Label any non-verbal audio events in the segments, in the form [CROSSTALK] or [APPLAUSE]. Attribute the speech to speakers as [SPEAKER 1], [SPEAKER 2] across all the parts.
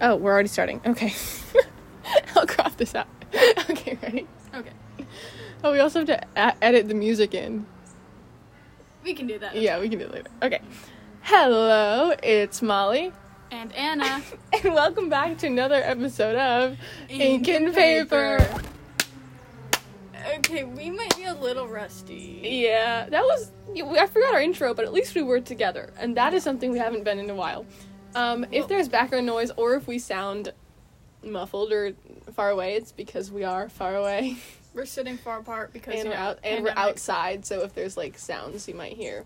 [SPEAKER 1] Oh, we're already starting. Okay. [LAUGHS] I'll crop this out. [LAUGHS] Okay, ready? Okay. Oh, we also have to a- edit the music in.
[SPEAKER 2] We can do that.
[SPEAKER 1] Yeah, we can do it later. Okay. Hello, it's Molly, [LAUGHS]
[SPEAKER 2] And Anna.
[SPEAKER 1] and welcome back to another episode of Ink, and paper.
[SPEAKER 2] Okay, we might be a little rusty.
[SPEAKER 1] Yeah, that was. I forgot our intro, but at least we were together, and that is something we haven't been in a while. Um, if
[SPEAKER 2] Well-
[SPEAKER 1] there's background noise or if we sound muffled or far away, it's because we are far away.
[SPEAKER 2] We're sitting far apart because
[SPEAKER 1] and
[SPEAKER 2] you
[SPEAKER 1] we're
[SPEAKER 2] know,
[SPEAKER 1] out and we're
[SPEAKER 2] pandemic.
[SPEAKER 1] outside so if there's like sounds you might hear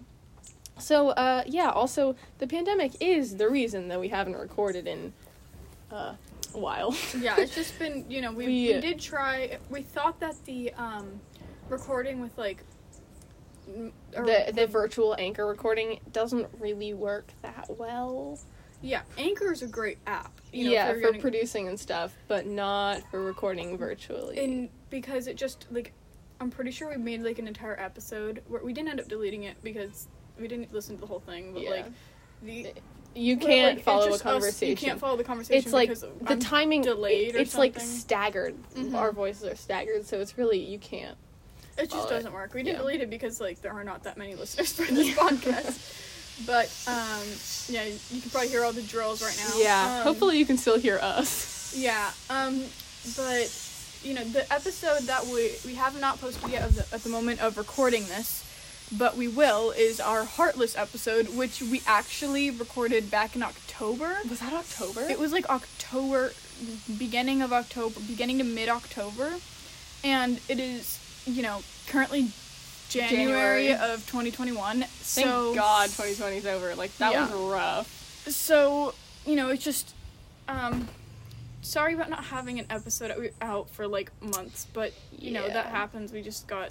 [SPEAKER 1] so uh yeah also the pandemic is the reason that we haven't recorded in uh, a while
[SPEAKER 2] Yeah,
[SPEAKER 1] [LAUGHS]
[SPEAKER 2] it's just been you know we,
[SPEAKER 1] We-
[SPEAKER 2] we did try. We thought that the um, recording with like m- or-
[SPEAKER 1] the the virtual anchor recording doesn't really work that well
[SPEAKER 2] yeah, Anchor is a great app. You know, if
[SPEAKER 1] yeah
[SPEAKER 2] you're
[SPEAKER 1] for
[SPEAKER 2] gonna-
[SPEAKER 1] producing and stuff but not for recording virtually
[SPEAKER 2] and because it just like I'm pretty sure we made like an entire episode where we didn't end up deleting it because we didn't listen to the whole thing, but
[SPEAKER 1] Yeah.
[SPEAKER 2] like the
[SPEAKER 1] you
[SPEAKER 2] Well,
[SPEAKER 1] can't
[SPEAKER 2] like, it's
[SPEAKER 1] follow a
[SPEAKER 2] just us-
[SPEAKER 1] conversation
[SPEAKER 2] you can't follow the conversation.
[SPEAKER 1] it's like
[SPEAKER 2] because
[SPEAKER 1] the
[SPEAKER 2] I'm-
[SPEAKER 1] timing
[SPEAKER 2] delayed or
[SPEAKER 1] it's like
[SPEAKER 2] something.
[SPEAKER 1] staggered
[SPEAKER 2] Mhm.
[SPEAKER 1] our voices are staggered so it's really you can't
[SPEAKER 2] It just
[SPEAKER 1] follow it.
[SPEAKER 2] doesn't work. We didn't
[SPEAKER 1] Yeah.
[SPEAKER 2] delete it because like there are not that many
[SPEAKER 1] [LAUGHS]
[SPEAKER 2] listeners for this podcast. But um, yeah, you can probably hear all the drills right now.
[SPEAKER 1] yeah
[SPEAKER 2] Um,
[SPEAKER 1] hopefully you can still hear us
[SPEAKER 2] Yeah. Um, but you know the episode that we we have not posted yet of the, at the moment of recording this. But we will is our heartless episode, which we actually recorded back in October.
[SPEAKER 1] Was that October?
[SPEAKER 2] It was like October, beginning of October, beginning to mid October, and it is you know currently January,
[SPEAKER 1] January.
[SPEAKER 2] of 2021.
[SPEAKER 1] Thank
[SPEAKER 2] so
[SPEAKER 1] God 2020's over. Like that
[SPEAKER 2] Yeah.
[SPEAKER 1] was rough.
[SPEAKER 2] so you know it's just um sorry about not having an episode out- out for like months, but you know that
[SPEAKER 1] Yeah.
[SPEAKER 2] happens. We just got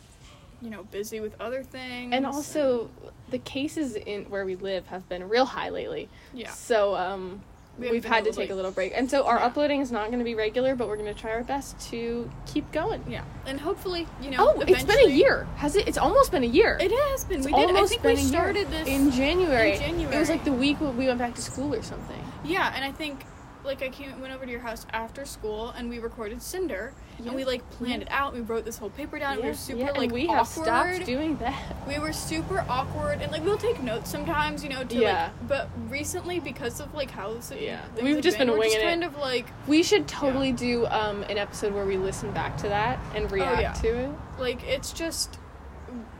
[SPEAKER 2] you know busy with other things
[SPEAKER 1] And also, the cases in where we live have been real high lately.
[SPEAKER 2] yeah
[SPEAKER 1] So um,
[SPEAKER 2] We
[SPEAKER 1] we have
[SPEAKER 2] haven't been
[SPEAKER 1] had to
[SPEAKER 2] able to,
[SPEAKER 1] take
[SPEAKER 2] like-
[SPEAKER 1] a little break, and so our
[SPEAKER 2] Yeah.
[SPEAKER 1] uploading is not going to be regular, but we're going to try our best to keep going.
[SPEAKER 2] yeah and hopefully you know
[SPEAKER 1] Oh, it's been a
[SPEAKER 2] eventually-
[SPEAKER 1] year. Has it? It's almost been a year.
[SPEAKER 2] it has been
[SPEAKER 1] It's
[SPEAKER 2] we did I
[SPEAKER 1] almost
[SPEAKER 2] think we
[SPEAKER 1] been a year.
[SPEAKER 2] started this
[SPEAKER 1] in January.
[SPEAKER 2] in
[SPEAKER 1] It was
[SPEAKER 2] January.
[SPEAKER 1] like the week when we went back to school or something.
[SPEAKER 2] Yeah, and I think like I came went over to your house after school and we recorded Cinder
[SPEAKER 1] Yeah.
[SPEAKER 2] and we like planned it out. We wrote this whole paper down. We
[SPEAKER 1] Yeah,
[SPEAKER 2] were super
[SPEAKER 1] yeah, and
[SPEAKER 2] like
[SPEAKER 1] we
[SPEAKER 2] awkward.
[SPEAKER 1] have stopped doing that.
[SPEAKER 2] we were super awkward and like we'll take notes sometimes, you know. To,
[SPEAKER 1] Yeah.
[SPEAKER 2] Like, but recently, because of like how si-
[SPEAKER 1] Yeah.
[SPEAKER 2] things
[SPEAKER 1] We've
[SPEAKER 2] have
[SPEAKER 1] just been
[SPEAKER 2] we're
[SPEAKER 1] winging
[SPEAKER 2] just
[SPEAKER 1] it.
[SPEAKER 2] kind of like
[SPEAKER 1] We should totally do um, an episode where we listen back to that and react
[SPEAKER 2] Oh, yeah.
[SPEAKER 1] to it.
[SPEAKER 2] like it's just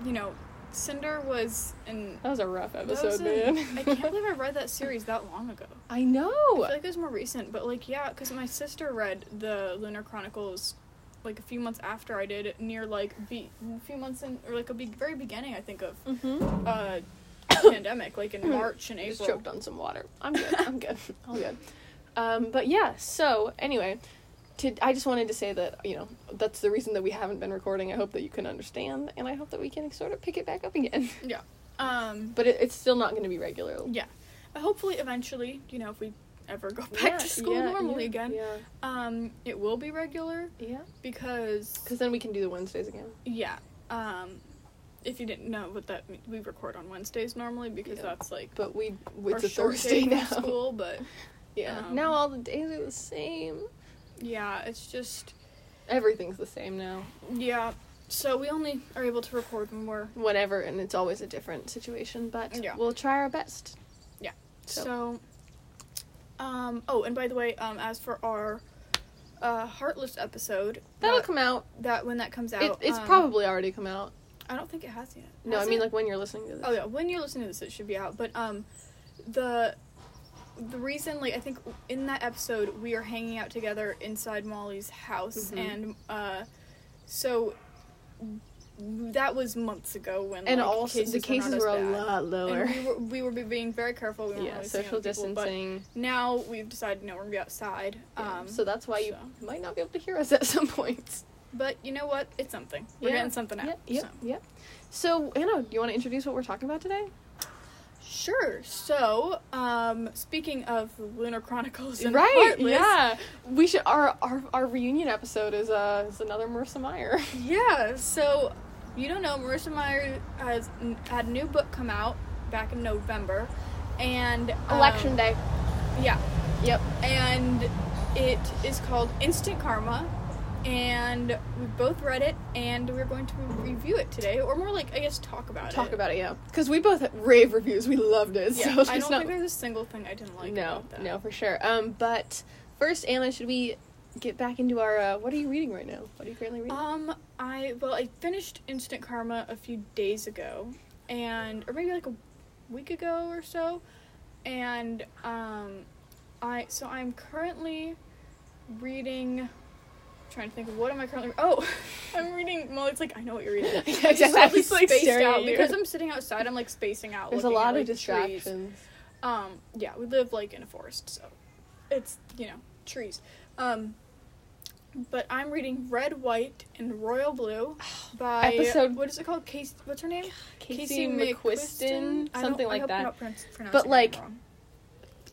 [SPEAKER 2] you know Cinder was an
[SPEAKER 1] That was a rough
[SPEAKER 2] that
[SPEAKER 1] episode,
[SPEAKER 2] was a-
[SPEAKER 1] man.
[SPEAKER 2] I can't believe I read that series that long ago.
[SPEAKER 1] [LAUGHS] I know.
[SPEAKER 2] I feel like it was more recent, but like yeah, because my sister read the Lunar Chronicles like a few months after I did, near like be- a few months in or like a be- very beginning I think of
[SPEAKER 1] mm-hmm.
[SPEAKER 2] uh [COUGHS] pandemic, like in March and
[SPEAKER 1] Just
[SPEAKER 2] April.
[SPEAKER 1] choked on some water. I'm
[SPEAKER 2] [LAUGHS]
[SPEAKER 1] good. I'm good. All good. Um, but yeah. So anyway, to, I just wanted to say that you know that's the reason that we haven't been recording. I hope that you can understand, and I hope that we can sort of pick it back up again. [LAUGHS]
[SPEAKER 2] Yeah. Um.
[SPEAKER 1] But it, it's still not going to be regular.
[SPEAKER 2] Yeah. Uh, Hopefully, eventually, you know, if we ever go [LAUGHS] back
[SPEAKER 1] Yeah,
[SPEAKER 2] to school
[SPEAKER 1] yeah,
[SPEAKER 2] normally
[SPEAKER 1] yeah,
[SPEAKER 2] again,
[SPEAKER 1] Yeah.
[SPEAKER 2] um, it will be regular
[SPEAKER 1] Yeah.
[SPEAKER 2] because
[SPEAKER 1] Because then we can do the Wednesdays again.
[SPEAKER 2] yeah. Um, if you didn't know what that mean- we record on Wednesdays normally because
[SPEAKER 1] Yeah.
[SPEAKER 2] that's like
[SPEAKER 1] But we
[SPEAKER 2] our
[SPEAKER 1] it's a
[SPEAKER 2] short
[SPEAKER 1] Thursday
[SPEAKER 2] day
[SPEAKER 1] now.
[SPEAKER 2] from school,
[SPEAKER 1] [LAUGHS]
[SPEAKER 2] but.
[SPEAKER 1] Yeah.
[SPEAKER 2] Um,
[SPEAKER 1] now all the days are the same.
[SPEAKER 2] Yeah, it's just
[SPEAKER 1] Everything's the same now.
[SPEAKER 2] yeah. So we only are able to record when we're
[SPEAKER 1] Whatever, and it's always a different situation. But
[SPEAKER 2] Yeah.
[SPEAKER 1] we'll try our best. So-
[SPEAKER 2] so. um. Oh, and by the way, um, as for our uh, heartless episode,
[SPEAKER 1] That'll
[SPEAKER 2] that,
[SPEAKER 1] come out.
[SPEAKER 2] that when that comes out,
[SPEAKER 1] It, it's
[SPEAKER 2] um,
[SPEAKER 1] probably already come out.
[SPEAKER 2] I don't think it has yet.
[SPEAKER 1] No, I
[SPEAKER 2] Has
[SPEAKER 1] mean
[SPEAKER 2] it?
[SPEAKER 1] like when you're listening to this.
[SPEAKER 2] Oh yeah, when you're listening to this, it should be out. But um, the the reason, like, I think in that episode we are hanging out together inside Molly's house,
[SPEAKER 1] Mhm.
[SPEAKER 2] and uh, so that was months ago when
[SPEAKER 1] And
[SPEAKER 2] like,
[SPEAKER 1] also the
[SPEAKER 2] were not
[SPEAKER 1] cases
[SPEAKER 2] as
[SPEAKER 1] were a
[SPEAKER 2] bad.
[SPEAKER 1] lot lower.
[SPEAKER 2] And we were we were be- being very careful. We weren't
[SPEAKER 1] [LAUGHS] yeah,
[SPEAKER 2] really seeing
[SPEAKER 1] social
[SPEAKER 2] other people, but
[SPEAKER 1] distancing.
[SPEAKER 2] now we've decided no, we're gonna be outside.
[SPEAKER 1] Yeah,
[SPEAKER 2] Um,
[SPEAKER 1] so that's why you
[SPEAKER 2] so.
[SPEAKER 1] might not be able to hear us [LAUGHS] at some points.
[SPEAKER 2] but you know what? It's something. We're
[SPEAKER 1] Yeah.
[SPEAKER 2] getting something out.
[SPEAKER 1] Yep, yep,
[SPEAKER 2] so.
[SPEAKER 1] yep. So Anna, do you want to introduce what we're talking about today?
[SPEAKER 2] Sure. So, um, speaking of Lunar Chronicles and
[SPEAKER 1] right.
[SPEAKER 2] Heartless,
[SPEAKER 1] Yeah. We should. Our our, our reunion episode is uh is another Marissa
[SPEAKER 2] [LAUGHS]
[SPEAKER 1] Meyer.
[SPEAKER 2] yeah. So, you don't know, Marissa Meyer has n- had a new book come out back in November, and um,
[SPEAKER 1] Election day.
[SPEAKER 2] Yeah,
[SPEAKER 1] Yep.
[SPEAKER 2] and it is called Instant Karma. And we both read it, and we're going to review it today, or more like I guess talk about
[SPEAKER 1] Talk
[SPEAKER 2] it.
[SPEAKER 1] about it, yeah. Because we both rave reviews. We loved it.
[SPEAKER 2] Yeah,
[SPEAKER 1] [LAUGHS] so it's
[SPEAKER 2] I don't
[SPEAKER 1] not,
[SPEAKER 2] think there's a single thing I didn't like.
[SPEAKER 1] no,
[SPEAKER 2] about that.
[SPEAKER 1] no, for sure. Um, but first, Anna, should we get back into our uh, what are you reading right now? What are you currently reading?
[SPEAKER 2] Um, I well, I finished Instant Karma a few days ago, and or maybe like a week ago or so, and um, I so I'm currently reading. Trying to think of what am I currently? Oh, [LAUGHS] I'm reading. Well, it's like I know what you're reading.
[SPEAKER 1] [LAUGHS] Yeah,
[SPEAKER 2] I'm just
[SPEAKER 1] exactly. I'm
[SPEAKER 2] slightly
[SPEAKER 1] just, [LAUGHS] like,
[SPEAKER 2] spaced
[SPEAKER 1] staring
[SPEAKER 2] out
[SPEAKER 1] at you.
[SPEAKER 2] because I'm sitting outside. I'm like spacing out.
[SPEAKER 1] There's a
[SPEAKER 2] looking at,
[SPEAKER 1] lot
[SPEAKER 2] like,
[SPEAKER 1] of
[SPEAKER 2] the trees.
[SPEAKER 1] distractions.
[SPEAKER 2] Um, yeah, we live like in a forest, so it's you know trees. Um, but I'm reading Red, White, and Royal Blue
[SPEAKER 1] [SIGHS]
[SPEAKER 2] by
[SPEAKER 1] Episode-
[SPEAKER 2] what is it called? Casey, what's her name?
[SPEAKER 1] Casey McQuiston,
[SPEAKER 2] I don't-
[SPEAKER 1] something
[SPEAKER 2] I
[SPEAKER 1] like
[SPEAKER 2] hope I'm
[SPEAKER 1] that.
[SPEAKER 2] not pronounce- pronouncing
[SPEAKER 1] But,
[SPEAKER 2] her name
[SPEAKER 1] like,
[SPEAKER 2] wrong.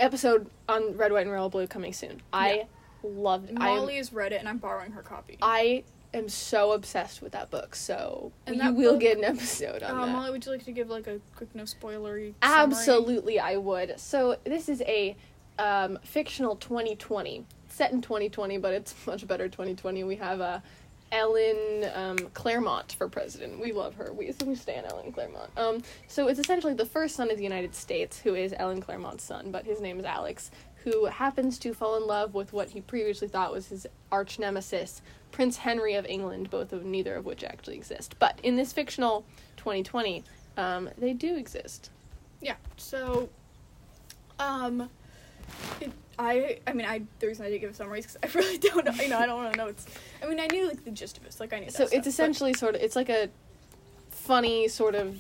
[SPEAKER 1] Episode on Red, White, and Royal Blue coming soon. I loved. I Oh, am-
[SPEAKER 2] Molly has read it, and I'm borrowing her copy. Uh,
[SPEAKER 1] I am so obsessed with that book, so
[SPEAKER 2] And
[SPEAKER 1] you
[SPEAKER 2] that
[SPEAKER 1] will
[SPEAKER 2] book-
[SPEAKER 1] get an episode on
[SPEAKER 2] Uh,
[SPEAKER 1] that.
[SPEAKER 2] Molly, would you like to give like a quick no spoilery? summary?
[SPEAKER 1] Absolutely, I would. So this is a um, fictional 2020, set in 2020, but it's much better 2020. We have uh, Ellen um, Claremont for president. We love her. We we stand Ellen Claremont. Um, so it's essentially the first son of the United States, who is Ellen Claremont's son, but his name is Alex, who happens to fall in love with what he previously thought was his arch nemesis, Prince Henry of England. Both of neither of which actually exist, but in this fictional 2020, um, they do exist.
[SPEAKER 2] Yeah. So, um, it, I I mean I the reason I didn't give a summary is because I [LAUGHS] really don't know. You know I don't want to know. It's I mean I knew like the gist of it. So, like I knew. that
[SPEAKER 1] so
[SPEAKER 2] stuff,
[SPEAKER 1] it's
[SPEAKER 2] but-
[SPEAKER 1] essentially sort of it's like a funny sort of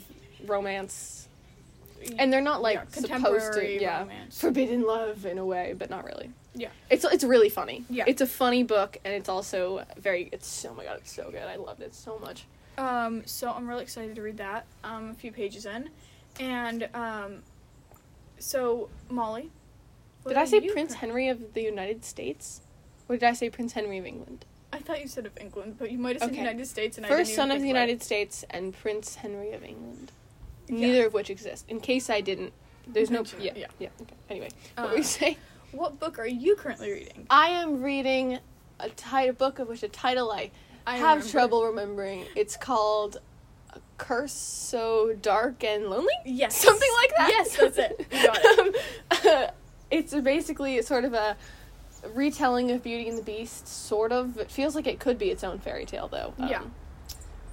[SPEAKER 1] romance and they're not like
[SPEAKER 2] Yeah,
[SPEAKER 1] supposed
[SPEAKER 2] contemporary
[SPEAKER 1] to yeah
[SPEAKER 2] romance.
[SPEAKER 1] forbidden love in a way but not really
[SPEAKER 2] Yeah.
[SPEAKER 1] it's it's really funny
[SPEAKER 2] Yeah.
[SPEAKER 1] it's a funny book and it's also very it's oh my god it's so good i loved it so much
[SPEAKER 2] Um, so I'm really excited to read that. Um, a few pages in, and um, so Molly. what
[SPEAKER 1] did i
[SPEAKER 2] are
[SPEAKER 1] say
[SPEAKER 2] you
[SPEAKER 1] prince
[SPEAKER 2] cur-
[SPEAKER 1] henry of the united states or did i say prince henry of england
[SPEAKER 2] I thought you said of England, but you might have said
[SPEAKER 1] Okay.
[SPEAKER 2] United States. And I didn't
[SPEAKER 1] first
[SPEAKER 2] even
[SPEAKER 1] son of
[SPEAKER 2] think
[SPEAKER 1] the
[SPEAKER 2] about it.
[SPEAKER 1] united states and prince henry of england
[SPEAKER 2] Yeah.
[SPEAKER 1] neither of which exist in case i didn't there's no
[SPEAKER 2] Mention
[SPEAKER 1] yeah
[SPEAKER 2] it,
[SPEAKER 1] yeah,
[SPEAKER 2] yeah.
[SPEAKER 1] okay. anyway what were
[SPEAKER 2] Um,
[SPEAKER 1] you saying
[SPEAKER 2] What book are you currently reading?
[SPEAKER 1] I am reading a ti- a book of which the title I,
[SPEAKER 2] I
[SPEAKER 1] have
[SPEAKER 2] remember.
[SPEAKER 1] trouble remembering. It's called A Curse So Dark and Lonely?
[SPEAKER 2] Yes.
[SPEAKER 1] Something like that?
[SPEAKER 2] Yes, that's it. You got it.
[SPEAKER 1] [LAUGHS] Um, it's basically sort of a retelling of Beauty and the Beast, sort of. It feels like it could be its own fairy tale, though. Um,
[SPEAKER 2] Yeah.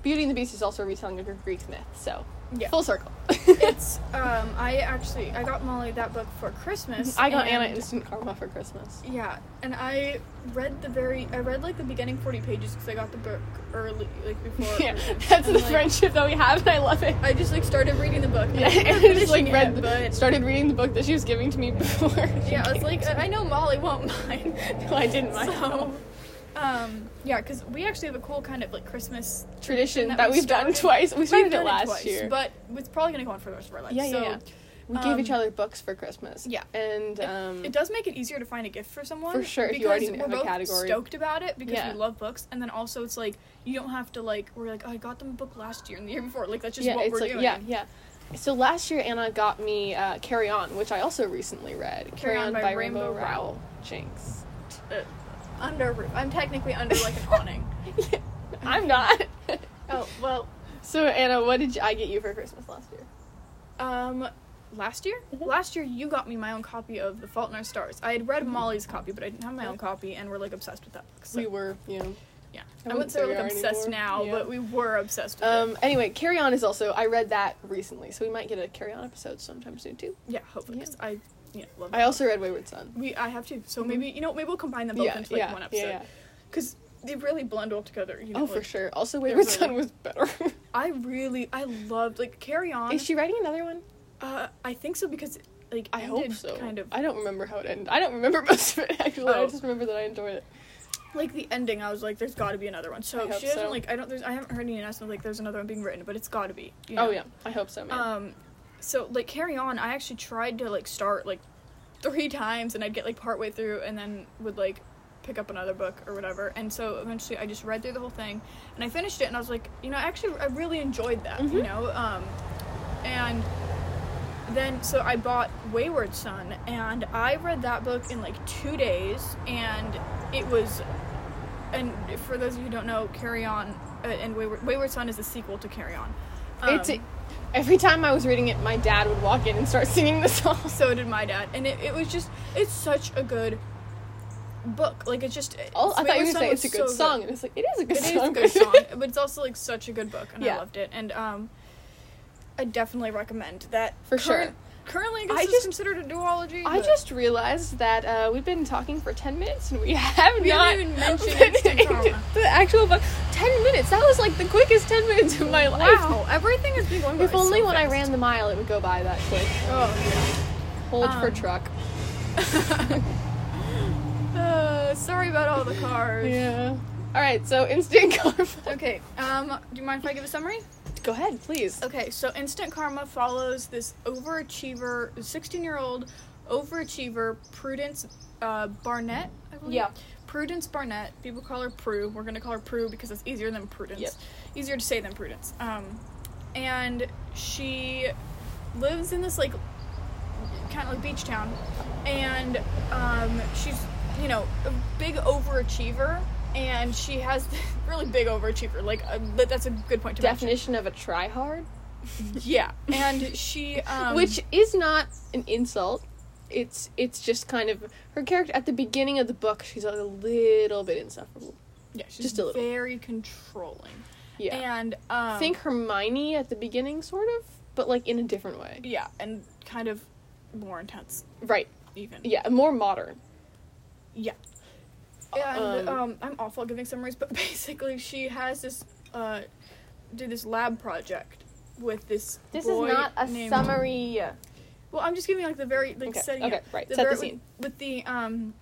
[SPEAKER 1] Beauty and the Beast is also a retelling of a Greek myth, so
[SPEAKER 2] Yeah.
[SPEAKER 1] full circle. [LAUGHS]
[SPEAKER 2] It's um I actually I got Molly that book for Christmas.
[SPEAKER 1] I got Anna
[SPEAKER 2] and-
[SPEAKER 1] Instant Karma for Christmas.
[SPEAKER 2] Yeah, and I read the very I read like the beginning forty pages because I got the book early like before.
[SPEAKER 1] [LAUGHS] Yeah,
[SPEAKER 2] Christmas,
[SPEAKER 1] that's
[SPEAKER 2] and,
[SPEAKER 1] the
[SPEAKER 2] like,
[SPEAKER 1] friendship that we have, and I love it.
[SPEAKER 2] I just like started reading the book.
[SPEAKER 1] [LAUGHS] Yeah,
[SPEAKER 2] I
[SPEAKER 1] and I
[SPEAKER 2] wasn't
[SPEAKER 1] just like
[SPEAKER 2] finishing
[SPEAKER 1] read,
[SPEAKER 2] it,
[SPEAKER 1] the,
[SPEAKER 2] but
[SPEAKER 1] started reading the book that she was giving to me [LAUGHS] before. she
[SPEAKER 2] yeah,
[SPEAKER 1] [LAUGHS]
[SPEAKER 2] I was
[SPEAKER 1] gave
[SPEAKER 2] like,
[SPEAKER 1] it to
[SPEAKER 2] I
[SPEAKER 1] me.
[SPEAKER 2] know Molly won't [LAUGHS] mind.
[SPEAKER 1] [LAUGHS] No, I didn't mind. at
[SPEAKER 2] [LAUGHS]
[SPEAKER 1] all. [LAUGHS]
[SPEAKER 2] So, um, yeah, because we actually have a cool kind of like Christmas
[SPEAKER 1] tradition that,
[SPEAKER 2] that we
[SPEAKER 1] we've done
[SPEAKER 2] started-
[SPEAKER 1] twice. We started
[SPEAKER 2] We've done
[SPEAKER 1] it last
[SPEAKER 2] twice,
[SPEAKER 1] year.
[SPEAKER 2] but it's probably gonna go on for the rest of our life.
[SPEAKER 1] yeah, yeah,
[SPEAKER 2] so
[SPEAKER 1] yeah. We gave each
[SPEAKER 2] um,
[SPEAKER 1] other books for Christmas.
[SPEAKER 2] yeah.
[SPEAKER 1] and
[SPEAKER 2] It-
[SPEAKER 1] um,
[SPEAKER 2] It, does make it easier to find a gift for someone.
[SPEAKER 1] For sure, if
[SPEAKER 2] because
[SPEAKER 1] you already
[SPEAKER 2] we're
[SPEAKER 1] have a
[SPEAKER 2] both
[SPEAKER 1] category.
[SPEAKER 2] stoked about it because
[SPEAKER 1] Yeah.
[SPEAKER 2] we love books, and then also it's like you don't have to like we're like oh, I got them a book last year and the year before. Like that's just
[SPEAKER 1] yeah,
[SPEAKER 2] what
[SPEAKER 1] it's
[SPEAKER 2] we're
[SPEAKER 1] like
[SPEAKER 2] doing.
[SPEAKER 1] yeah, yeah. So last year Anna got me uh, Carry On, which I also recently read.
[SPEAKER 2] Carry On by Rainbow
[SPEAKER 1] Rowell.
[SPEAKER 2] Rowell. [LAUGHS]
[SPEAKER 1] Jinx.
[SPEAKER 2] Uh, under I'm technically under like an awning.
[SPEAKER 1] [LAUGHS] Yeah, I'm not. [LAUGHS]
[SPEAKER 2] Oh well,
[SPEAKER 1] so Anna, what did you, I get you for Christmas last year?
[SPEAKER 2] um. Last year?
[SPEAKER 1] Mhm.
[SPEAKER 2] Last year, you got me my own copy of The Fault in Our Stars. I had read Molly's copy, but I didn't have my own copy, and we're like obsessed with that book. So,
[SPEAKER 1] Mm-hmm. Oh. We were, you know,
[SPEAKER 2] yeah.
[SPEAKER 1] I wouldn't
[SPEAKER 2] I wouldn't say
[SPEAKER 1] say
[SPEAKER 2] we're
[SPEAKER 1] we
[SPEAKER 2] like
[SPEAKER 1] are
[SPEAKER 2] obsessed
[SPEAKER 1] anymore.
[SPEAKER 2] now,
[SPEAKER 1] Yeah.
[SPEAKER 2] but we were obsessed with it.
[SPEAKER 1] Um, anyway, Carry On is also I read that recently, so we might get a Carry On episode sometime soon too.
[SPEAKER 2] Yeah, hopefully. 'cause I, you know, love
[SPEAKER 1] I also read Wayward Son.
[SPEAKER 2] We I have to. So maybe you know maybe we'll combine them both
[SPEAKER 1] Mm-hmm. yeah,
[SPEAKER 2] into like
[SPEAKER 1] yeah,
[SPEAKER 2] one episode.
[SPEAKER 1] yeah, yeah.
[SPEAKER 2] Cause they really blend all together. You know,
[SPEAKER 1] Oh, for
[SPEAKER 2] like,
[SPEAKER 1] sure. Also, Wayward
[SPEAKER 2] really-
[SPEAKER 1] Son was better. [LAUGHS]
[SPEAKER 2] I really I loved like Carry On.
[SPEAKER 1] is she writing another one?
[SPEAKER 2] uh, I think so because it, like
[SPEAKER 1] I hope
[SPEAKER 2] ended
[SPEAKER 1] so.
[SPEAKER 2] Kind of
[SPEAKER 1] I don't remember how it ended. I don't remember [LAUGHS] most of it actually. I
[SPEAKER 2] Oh.
[SPEAKER 1] just remember that I enjoyed it.
[SPEAKER 2] like the ending. I was like, there's got to be another one.
[SPEAKER 1] I
[SPEAKER 2] So
[SPEAKER 1] hope
[SPEAKER 2] she doesn't
[SPEAKER 1] so.
[SPEAKER 2] like I don't there's I haven't heard any announcement like there's another one being written, but it's got to be. you
[SPEAKER 1] Oh
[SPEAKER 2] know?
[SPEAKER 1] yeah, I hope so, man.
[SPEAKER 2] Um, so like Carry On, I actually tried to like start like [LAUGHS] three times, and I'd get like partway through, and then would like pick up another book or whatever. And so eventually, I just read through the whole thing, and I finished it, and I was like, you know, actually, I really enjoyed that, you
[SPEAKER 1] Mhm.
[SPEAKER 2] know. Um, and um, then so I bought Wayward Son and I read that book in like two days and it was and for those of you who don't know, Carry On uh, and Wayward, Wayward Son is the sequel to Carry On. Um,
[SPEAKER 1] it's every time I was reading it, my dad would walk in and start [LAUGHS] singing the song.
[SPEAKER 2] so did my dad, and it, it was just it's such a good book. Like it's just it-
[SPEAKER 1] Oh, I thought you were
[SPEAKER 2] Wayward Son
[SPEAKER 1] gonna say
[SPEAKER 2] was
[SPEAKER 1] it's a good
[SPEAKER 2] so
[SPEAKER 1] song, and it's like it is a good
[SPEAKER 2] It is
[SPEAKER 1] song.
[SPEAKER 2] a
[SPEAKER 1] [LAUGHS]
[SPEAKER 2] good song, but it's also like such a good book, and I
[SPEAKER 1] Yeah.
[SPEAKER 2] loved it. And um, I definitely recommend that
[SPEAKER 1] For
[SPEAKER 2] current- Currently, I guess
[SPEAKER 1] I
[SPEAKER 2] it's
[SPEAKER 1] just-
[SPEAKER 2] considered a duology.
[SPEAKER 1] I
[SPEAKER 2] but
[SPEAKER 1] just realized that uh, we've been talking for ten minutes and we [LAUGHS] have
[SPEAKER 2] We
[SPEAKER 1] not
[SPEAKER 2] haven't even mentioned
[SPEAKER 1] finished
[SPEAKER 2] instant trauma.
[SPEAKER 1] the actual book. Ten minutes. That was like the quickest ten minutes of my life.
[SPEAKER 2] wow, everything has been going. by
[SPEAKER 1] If
[SPEAKER 2] so
[SPEAKER 1] only when I
[SPEAKER 2] fast.
[SPEAKER 1] ran the mile, it would go by that quick.
[SPEAKER 2] Oh,
[SPEAKER 1] Hold for
[SPEAKER 2] Um,
[SPEAKER 1] truck.
[SPEAKER 2] yeah. uh, sorry about all the cars.
[SPEAKER 1] Yeah. All right. So instant [LAUGHS] karma.
[SPEAKER 2] Okay. Um, do you mind if I give a summary?
[SPEAKER 1] Go ahead, please.
[SPEAKER 2] Okay, so Instant Karma follows this overachiever, 16 year old overachiever, Prudence uh, Barnett, I believe.
[SPEAKER 1] Yeah.
[SPEAKER 2] Prudence Barnett. People call her Prue. We're going to call her Prue because it's easier than Prudence.
[SPEAKER 1] Yep.
[SPEAKER 2] Easier to say than Prudence. Um, and she lives in this, like, kind of like beach town. And um, she's, you know, a big overachiever. And she has [LAUGHS] really big overachiever. Like, uh, that- that's a good point to mention.
[SPEAKER 1] Definition of a tryhard,
[SPEAKER 2] Yeah, and she, um,
[SPEAKER 1] which is not an insult. It's it's just kind of her character at the beginning of the book. She's a little bit insufferable.
[SPEAKER 2] yeah, she's
[SPEAKER 1] just a little.
[SPEAKER 2] very controlling.
[SPEAKER 1] Yeah.
[SPEAKER 2] and um,
[SPEAKER 1] I think Hermione at the beginning, sort of, but like in a different way.
[SPEAKER 2] yeah, and kind of more intense
[SPEAKER 1] Right.
[SPEAKER 2] even.
[SPEAKER 1] Yeah. More modern.
[SPEAKER 2] yeah. And um,
[SPEAKER 1] Um,
[SPEAKER 2] I'm awful at giving summaries, [LAUGHS] but basically she has this, uh, did this lab project with this.
[SPEAKER 1] This
[SPEAKER 2] boy
[SPEAKER 1] is not a
[SPEAKER 2] named-
[SPEAKER 1] summary.
[SPEAKER 2] Well, I'm just giving like the very like
[SPEAKER 1] Okay,
[SPEAKER 2] setting.
[SPEAKER 1] okay,
[SPEAKER 2] up.
[SPEAKER 1] right, set the
[SPEAKER 2] very-
[SPEAKER 1] scene.
[SPEAKER 2] with, with the um,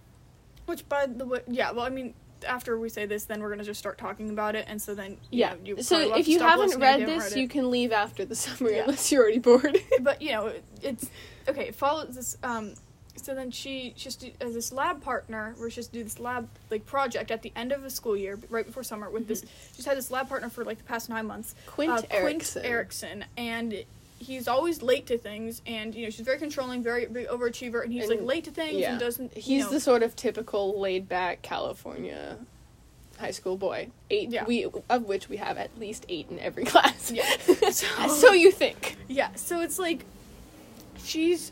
[SPEAKER 2] which by the way, yeah. Well, I mean, after we say this, then we're gonna just start talking about it, and so then you
[SPEAKER 1] Yeah.
[SPEAKER 2] know, you probably
[SPEAKER 1] so
[SPEAKER 2] will have
[SPEAKER 1] if
[SPEAKER 2] to
[SPEAKER 1] you
[SPEAKER 2] stop
[SPEAKER 1] haven't
[SPEAKER 2] listening
[SPEAKER 1] read
[SPEAKER 2] if you haven't
[SPEAKER 1] this,
[SPEAKER 2] it.
[SPEAKER 1] you can leave after the [LAUGHS] summary
[SPEAKER 2] Yeah.
[SPEAKER 1] unless you're already
[SPEAKER 2] [LAUGHS]
[SPEAKER 1] bored.
[SPEAKER 2] but you know it's okay it follows this um so then she just has this lab partner where she has to do this lab like project at the end of the school year b- right before summer with this she's had this lab partner for like the past nine months
[SPEAKER 1] Mm-hmm.
[SPEAKER 2] Uh,
[SPEAKER 1] Quint Erickson.
[SPEAKER 2] Quint Erickson and he's always late to things and you know she's very controlling very big overachiever and he's like
[SPEAKER 1] And-
[SPEAKER 2] late to things
[SPEAKER 1] yeah.
[SPEAKER 2] and doesn't you
[SPEAKER 1] He's
[SPEAKER 2] know-
[SPEAKER 1] the sort of typical laid back California high school boy. Eight
[SPEAKER 2] Yeah.
[SPEAKER 1] we of which we have at least eight in every [LAUGHS] class.
[SPEAKER 2] Yeah.
[SPEAKER 1] so, so you think.
[SPEAKER 2] yeah so it's like she's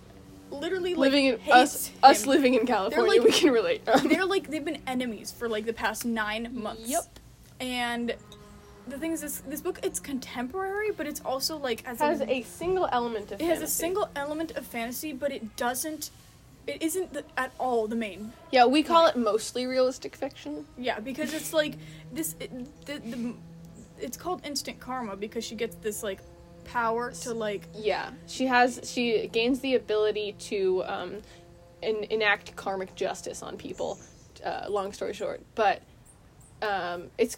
[SPEAKER 2] literally [LAUGHS] like,
[SPEAKER 1] living in
[SPEAKER 2] hates
[SPEAKER 1] us us
[SPEAKER 2] him.
[SPEAKER 1] living in California,
[SPEAKER 2] like-
[SPEAKER 1] we can relate. [LAUGHS]
[SPEAKER 2] they're like they've been enemies for like the past nine months.
[SPEAKER 1] Yep.
[SPEAKER 2] And the thing is, this this book it's contemporary, but it's also like as
[SPEAKER 1] has a single element of
[SPEAKER 2] it has a
[SPEAKER 1] fantasy.
[SPEAKER 2] single element of fantasy, but it doesn't. It isn't the, at all the main.
[SPEAKER 1] Yeah, we call it mostly realistic fiction.
[SPEAKER 2] Yeah, because it's like this. It, the, the, it's called instant karma because she gets this like power to like
[SPEAKER 1] Yeah, she has she gains the ability to um, en- enact karmic justice on people. Uh, long story short, but um, it's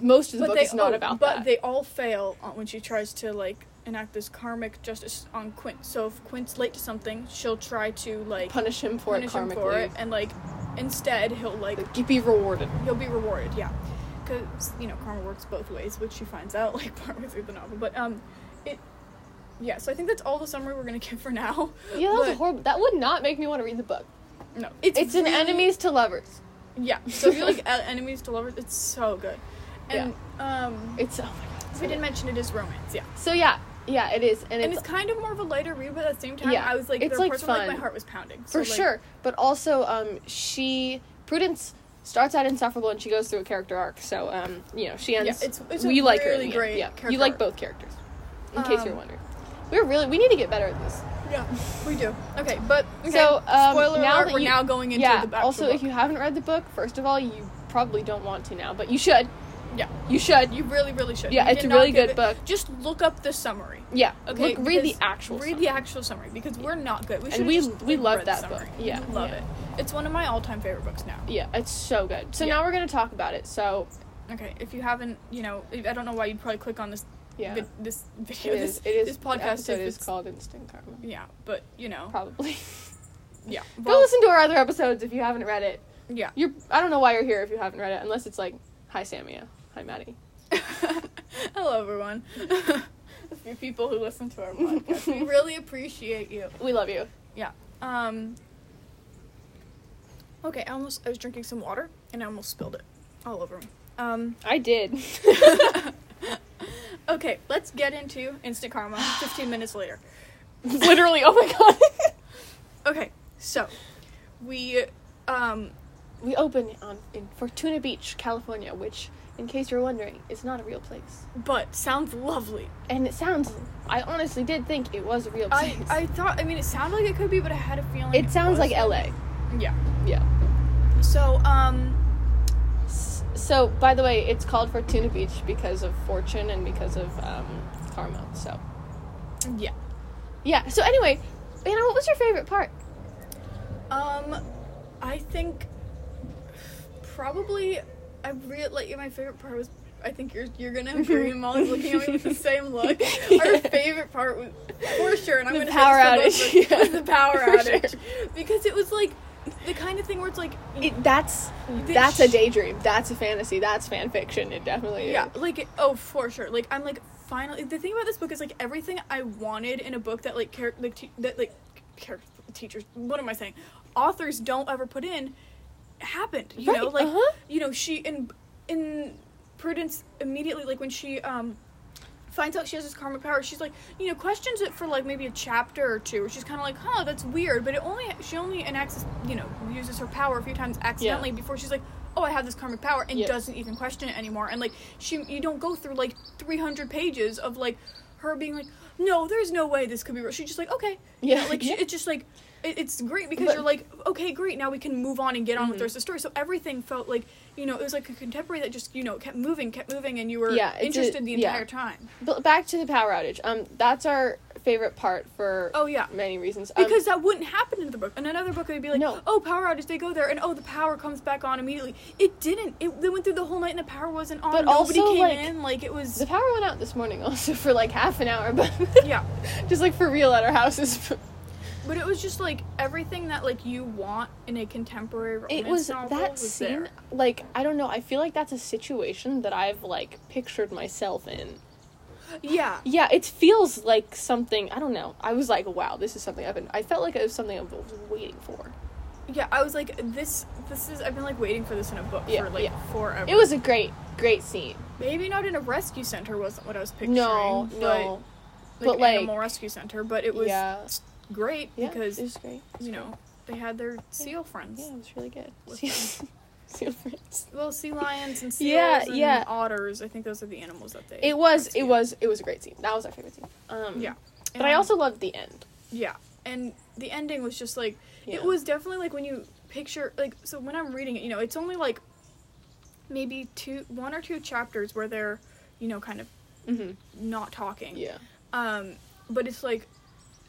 [SPEAKER 1] most of the book is not
[SPEAKER 2] oh,
[SPEAKER 1] about
[SPEAKER 2] but
[SPEAKER 1] that.
[SPEAKER 2] they all fail on, when she tries to like enact this karmic justice on Quint. So if Quint's late to something, she'll try to like
[SPEAKER 1] punish him for
[SPEAKER 2] punish
[SPEAKER 1] it
[SPEAKER 2] him
[SPEAKER 1] karmically.
[SPEAKER 2] for it, and like instead he'll like
[SPEAKER 1] Like, you'd be rewarded.
[SPEAKER 2] he'll be rewarded. Yeah, because you know karma works both ways, which she finds out [LAUGHS] like partway through the novel. But um, it yeah. So I think that's all the summary we're gonna give for now.
[SPEAKER 1] [LAUGHS] Yeah, that was a
[SPEAKER 2] But-
[SPEAKER 1] horrible. That would not make me want to read the book.
[SPEAKER 2] No, it's
[SPEAKER 1] It's an
[SPEAKER 2] really-
[SPEAKER 1] enemies to lovers.
[SPEAKER 2] Yeah. So if
[SPEAKER 1] [LAUGHS]
[SPEAKER 2] you like uh, enemies to lovers, it's so good. And um,
[SPEAKER 1] It's oh my god.
[SPEAKER 2] we didn't mention it is romance. Yeah.
[SPEAKER 1] So yeah, yeah, it is, and it's,
[SPEAKER 2] And it's kind of more of a lighter read, but at the same time,
[SPEAKER 1] Yeah,
[SPEAKER 2] I was like,
[SPEAKER 1] it's,
[SPEAKER 2] there were
[SPEAKER 1] like,
[SPEAKER 2] parts where, like,
[SPEAKER 1] fun.
[SPEAKER 2] my heart was pounding. So,
[SPEAKER 1] for
[SPEAKER 2] like,
[SPEAKER 1] sure. But also, um, she Prudence starts out insufferable, and she goes through a character arc. So um, you know, she ends.
[SPEAKER 2] it's- it's a
[SPEAKER 1] we like her. in
[SPEAKER 2] really
[SPEAKER 1] the end.
[SPEAKER 2] great
[SPEAKER 1] Yeah,
[SPEAKER 2] character
[SPEAKER 1] you like
[SPEAKER 2] arc.
[SPEAKER 1] both characters. In case you're
[SPEAKER 2] Um,
[SPEAKER 1] wondering, we're really we need to get better at this.
[SPEAKER 2] Yeah, we do. Okay, but okay,
[SPEAKER 1] So um,
[SPEAKER 2] spoiler
[SPEAKER 1] now
[SPEAKER 2] alert,
[SPEAKER 1] that
[SPEAKER 2] we're
[SPEAKER 1] you-
[SPEAKER 2] now going into
[SPEAKER 1] yeah.
[SPEAKER 2] the actual
[SPEAKER 1] also,
[SPEAKER 2] book.
[SPEAKER 1] if you haven't read the book, first of all, you probably don't want to now, but you should.
[SPEAKER 2] Yeah,
[SPEAKER 1] You should.
[SPEAKER 2] you really, really should.
[SPEAKER 1] Yeah,
[SPEAKER 2] You
[SPEAKER 1] it's
[SPEAKER 2] did
[SPEAKER 1] a
[SPEAKER 2] not
[SPEAKER 1] really
[SPEAKER 2] give
[SPEAKER 1] good book.
[SPEAKER 2] Just look up the summary.
[SPEAKER 1] yeah.
[SPEAKER 2] Okay,
[SPEAKER 1] Look, read the
[SPEAKER 2] because-
[SPEAKER 1] actual.
[SPEAKER 2] read the actual summary because we're not good. We should've
[SPEAKER 1] we-
[SPEAKER 2] just,
[SPEAKER 1] we
[SPEAKER 2] like,
[SPEAKER 1] love
[SPEAKER 2] read the
[SPEAKER 1] that book.
[SPEAKER 2] summary.
[SPEAKER 1] Yeah,
[SPEAKER 2] we love
[SPEAKER 1] yeah.
[SPEAKER 2] it. It's one of my all-time favorite books now.
[SPEAKER 1] Yeah, it's so good. So
[SPEAKER 2] Yeah.
[SPEAKER 1] now we're gonna talk about it. So
[SPEAKER 2] Okay, if you haven't, you know, I don't know why you'd probably click on this.
[SPEAKER 1] yeah,
[SPEAKER 2] vid- this video.
[SPEAKER 1] it is.
[SPEAKER 2] This,
[SPEAKER 1] It is.
[SPEAKER 2] This
[SPEAKER 1] the
[SPEAKER 2] podcast
[SPEAKER 1] episode
[SPEAKER 2] if
[SPEAKER 1] is
[SPEAKER 2] it's-
[SPEAKER 1] called Instant Karma.
[SPEAKER 2] Yeah, but you know,
[SPEAKER 1] Probably. [LAUGHS]
[SPEAKER 2] yeah.
[SPEAKER 1] Go
[SPEAKER 2] well,
[SPEAKER 1] listen to our other episodes if you haven't read it.
[SPEAKER 2] Yeah. [LAUGHS]
[SPEAKER 1] You're I don't know why you're here if you haven't read it, unless it's like, hi Samia, hi Maddie.
[SPEAKER 2] [LAUGHS] Hello, everyone. you people who
[SPEAKER 1] [LAUGHS]
[SPEAKER 2] listen to our podcast. we really appreciate you.
[SPEAKER 1] We love you.
[SPEAKER 2] Yeah. Um. Okay, I almost I was drinking some water and I almost spilled it all over me. Um. [LAUGHS]
[SPEAKER 1] I did.
[SPEAKER 2] okay, let's get into instant karma. Fifteen minutes later.
[SPEAKER 1] [LAUGHS] Literally, oh my god.
[SPEAKER 2] Okay, so we um
[SPEAKER 1] we opened on in Fortuna Beach, California, which, in case you're wondering, is not a real place.
[SPEAKER 2] but sounds lovely.
[SPEAKER 1] And it sounds. I honestly did think it was a real
[SPEAKER 2] I
[SPEAKER 1] place.
[SPEAKER 2] I thought I mean it sounded like it could be, but I had a feeling
[SPEAKER 1] it sounds like
[SPEAKER 2] wasn't.
[SPEAKER 1] LA.
[SPEAKER 2] Yeah.
[SPEAKER 1] Yeah.
[SPEAKER 2] So um
[SPEAKER 1] S- So, by the way, it's called Fortuna Beach because of fortune and because of um, karma. So,
[SPEAKER 2] yeah.
[SPEAKER 1] yeah. So anyway, you know what was your favorite part?
[SPEAKER 2] Um, I think probably I really like my favorite part was. I think you're you're gonna
[SPEAKER 1] Mm-hmm.
[SPEAKER 2] agree. and Molly's looking at
[SPEAKER 1] [LAUGHS]
[SPEAKER 2] me with the same look. Our favorite part was for sure, and I'm
[SPEAKER 1] The
[SPEAKER 2] gonna
[SPEAKER 1] power
[SPEAKER 2] say this for
[SPEAKER 1] outage,
[SPEAKER 2] both of
[SPEAKER 1] [LAUGHS]
[SPEAKER 2] us,
[SPEAKER 1] yeah.
[SPEAKER 2] was the power
[SPEAKER 1] For sure.
[SPEAKER 2] outage because it was like the kind of thing where it's like
[SPEAKER 1] It, that's that's a daydream. That's a fantasy. That's fan fiction. It definitely is.
[SPEAKER 2] yeah, like it- oh for sure. Like I'm like finally the thing about this book is like everything I wanted in a book that like char- like te- that like char- teachers. What am I saying? Authors don't ever put in happened. You know,
[SPEAKER 1] Right,
[SPEAKER 2] like
[SPEAKER 1] uh-huh.
[SPEAKER 2] you know she in in Prudence immediately like when she um finds out she has this karmic power she's like you know questions it for like maybe a chapter or two where she's kind of like huh that's weird but it only she only enacts you know uses her power a few times accidentally before she's like oh i have this karmic power and
[SPEAKER 1] Yeah.
[SPEAKER 2] doesn't even question it anymore and like she you don't go through like 300 pages of like her being like no there's no way this could be real she's just like okay yeah
[SPEAKER 1] Yeah,
[SPEAKER 2] like She,
[SPEAKER 1] yeah.
[SPEAKER 2] it's just like it, it's great because
[SPEAKER 1] But-
[SPEAKER 2] you're like okay great now we can move on and get on with
[SPEAKER 1] Mhm.
[SPEAKER 2] the rest of the story so everything felt like you know it was like a contemporary that just you know kept moving kept moving and you were
[SPEAKER 1] Yeah, it's a-
[SPEAKER 2] interested the
[SPEAKER 1] yeah.
[SPEAKER 2] entire time
[SPEAKER 1] But back to the power outage. Um, that's our favorite part for
[SPEAKER 2] oh yeah
[SPEAKER 1] many reasons. Um,
[SPEAKER 2] because that wouldn't happen in the book. In another book, it would be like,
[SPEAKER 1] No.
[SPEAKER 2] oh, power outage, they go there, and oh, the power comes back on immediately. It didn't. It, they went through the whole night, and the power wasn't on.
[SPEAKER 1] But
[SPEAKER 2] Nobody
[SPEAKER 1] also,
[SPEAKER 2] came
[SPEAKER 1] like,
[SPEAKER 2] in. Like, it was.
[SPEAKER 1] the power went out this morning [LAUGHS] also for like half an hour, [LAUGHS] but
[SPEAKER 2] yeah.
[SPEAKER 1] just like for real at our houses. [LAUGHS]
[SPEAKER 2] But it was just like everything that like you want in a contemporary romance
[SPEAKER 1] It was
[SPEAKER 2] novel
[SPEAKER 1] that
[SPEAKER 2] was
[SPEAKER 1] scene.
[SPEAKER 2] there.
[SPEAKER 1] Like I don't know. I feel like that's a situation that I've like pictured myself in. [LAUGHS]
[SPEAKER 2] Yeah.
[SPEAKER 1] Yeah, it feels like something. I don't know. I was like, wow, this is something I've been. I felt like it was something I was waiting for.
[SPEAKER 2] Yeah, I was like, this this is I've been like waiting for this in a book
[SPEAKER 1] Yeah,
[SPEAKER 2] for like
[SPEAKER 1] yeah.
[SPEAKER 2] forever.
[SPEAKER 1] It was a great, great scene.
[SPEAKER 2] maybe not in a rescue center wasn't what I was picturing.
[SPEAKER 1] No,
[SPEAKER 2] but,
[SPEAKER 1] no.
[SPEAKER 2] Like,
[SPEAKER 1] but, like-
[SPEAKER 2] animal rescue center, but it was
[SPEAKER 1] Yeah.
[SPEAKER 2] great
[SPEAKER 1] Yeah,
[SPEAKER 2] because
[SPEAKER 1] it was great.
[SPEAKER 2] you know, they had their seal friends.
[SPEAKER 1] Yeah, it was really [LAUGHS] good.
[SPEAKER 2] With
[SPEAKER 1] Seal, seal friends.
[SPEAKER 2] Well, sea lions and seals
[SPEAKER 1] Yeah,
[SPEAKER 2] and
[SPEAKER 1] yeah.
[SPEAKER 2] otters. I think those are the animals that they.
[SPEAKER 1] It was. It
[SPEAKER 2] rescue.
[SPEAKER 1] was. It was a great scene. That was our favorite scene. Um,
[SPEAKER 2] Yeah.
[SPEAKER 1] But I
[SPEAKER 2] And-
[SPEAKER 1] also loved the end.
[SPEAKER 2] Yeah, and the ending was just like
[SPEAKER 1] Yeah.
[SPEAKER 2] it was definitely like when you picture like so when I'm reading it, you know, it's only like maybe two, one or two chapters where they're, you know, kind of
[SPEAKER 1] Mm-hmm.
[SPEAKER 2] not talking.
[SPEAKER 1] Yeah.
[SPEAKER 2] Um, but it's like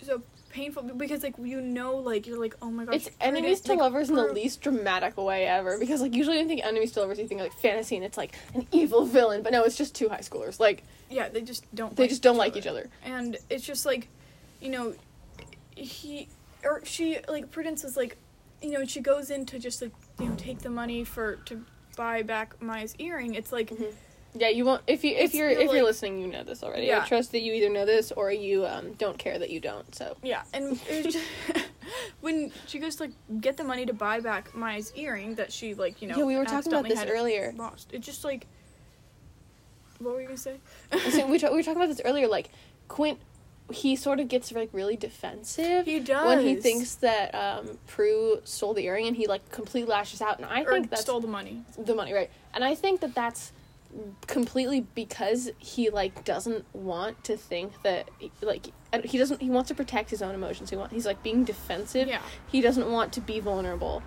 [SPEAKER 2] so painful because like you know, like you're like, oh my gosh,
[SPEAKER 1] It's
[SPEAKER 2] Prudence,
[SPEAKER 1] enemies to
[SPEAKER 2] like,
[SPEAKER 1] lovers in the
[SPEAKER 2] Pru-
[SPEAKER 1] least dramatic way ever because like usually you think enemies to lovers you think like fantasy and it's like an evil villain but no it's just two high schoolers like
[SPEAKER 2] Yeah, they just don't.
[SPEAKER 1] they just don't like each other.
[SPEAKER 2] and it's just like you know he or she like prudence is like you know she goes in to just like you know take the money for to buy back maya's earring it's like
[SPEAKER 1] Mm-hmm. Yeah, you won't if you if
[SPEAKER 2] It's
[SPEAKER 1] you're
[SPEAKER 2] still,
[SPEAKER 1] if you're
[SPEAKER 2] like-
[SPEAKER 1] listening you know this already.
[SPEAKER 2] Yeah.
[SPEAKER 1] I trust that you either know this or you um don't care that you don't. So
[SPEAKER 2] yeah and it was just, [LAUGHS] when she goes to like get the money to buy back maya's earring that she like you know
[SPEAKER 1] Yeah, we were talking about
[SPEAKER 2] accidentally
[SPEAKER 1] this
[SPEAKER 2] had
[SPEAKER 1] earlier.
[SPEAKER 2] lost it's just like what were you gonna say
[SPEAKER 1] [LAUGHS] So we, ta- we were talking about this earlier like Quint he sort of gets like really defensive
[SPEAKER 2] He
[SPEAKER 1] when he
[SPEAKER 2] does.
[SPEAKER 1] thinks that um Prue stole the earring and he like completely lashes out and I
[SPEAKER 2] or
[SPEAKER 1] think that's
[SPEAKER 2] stole the money
[SPEAKER 1] the money right and i think that that's completely because he like doesn't want to think that like I don't- he doesn't he wants to protect his own emotions he want, he's like being defensive
[SPEAKER 2] Yeah.
[SPEAKER 1] he doesn't want to be vulnerable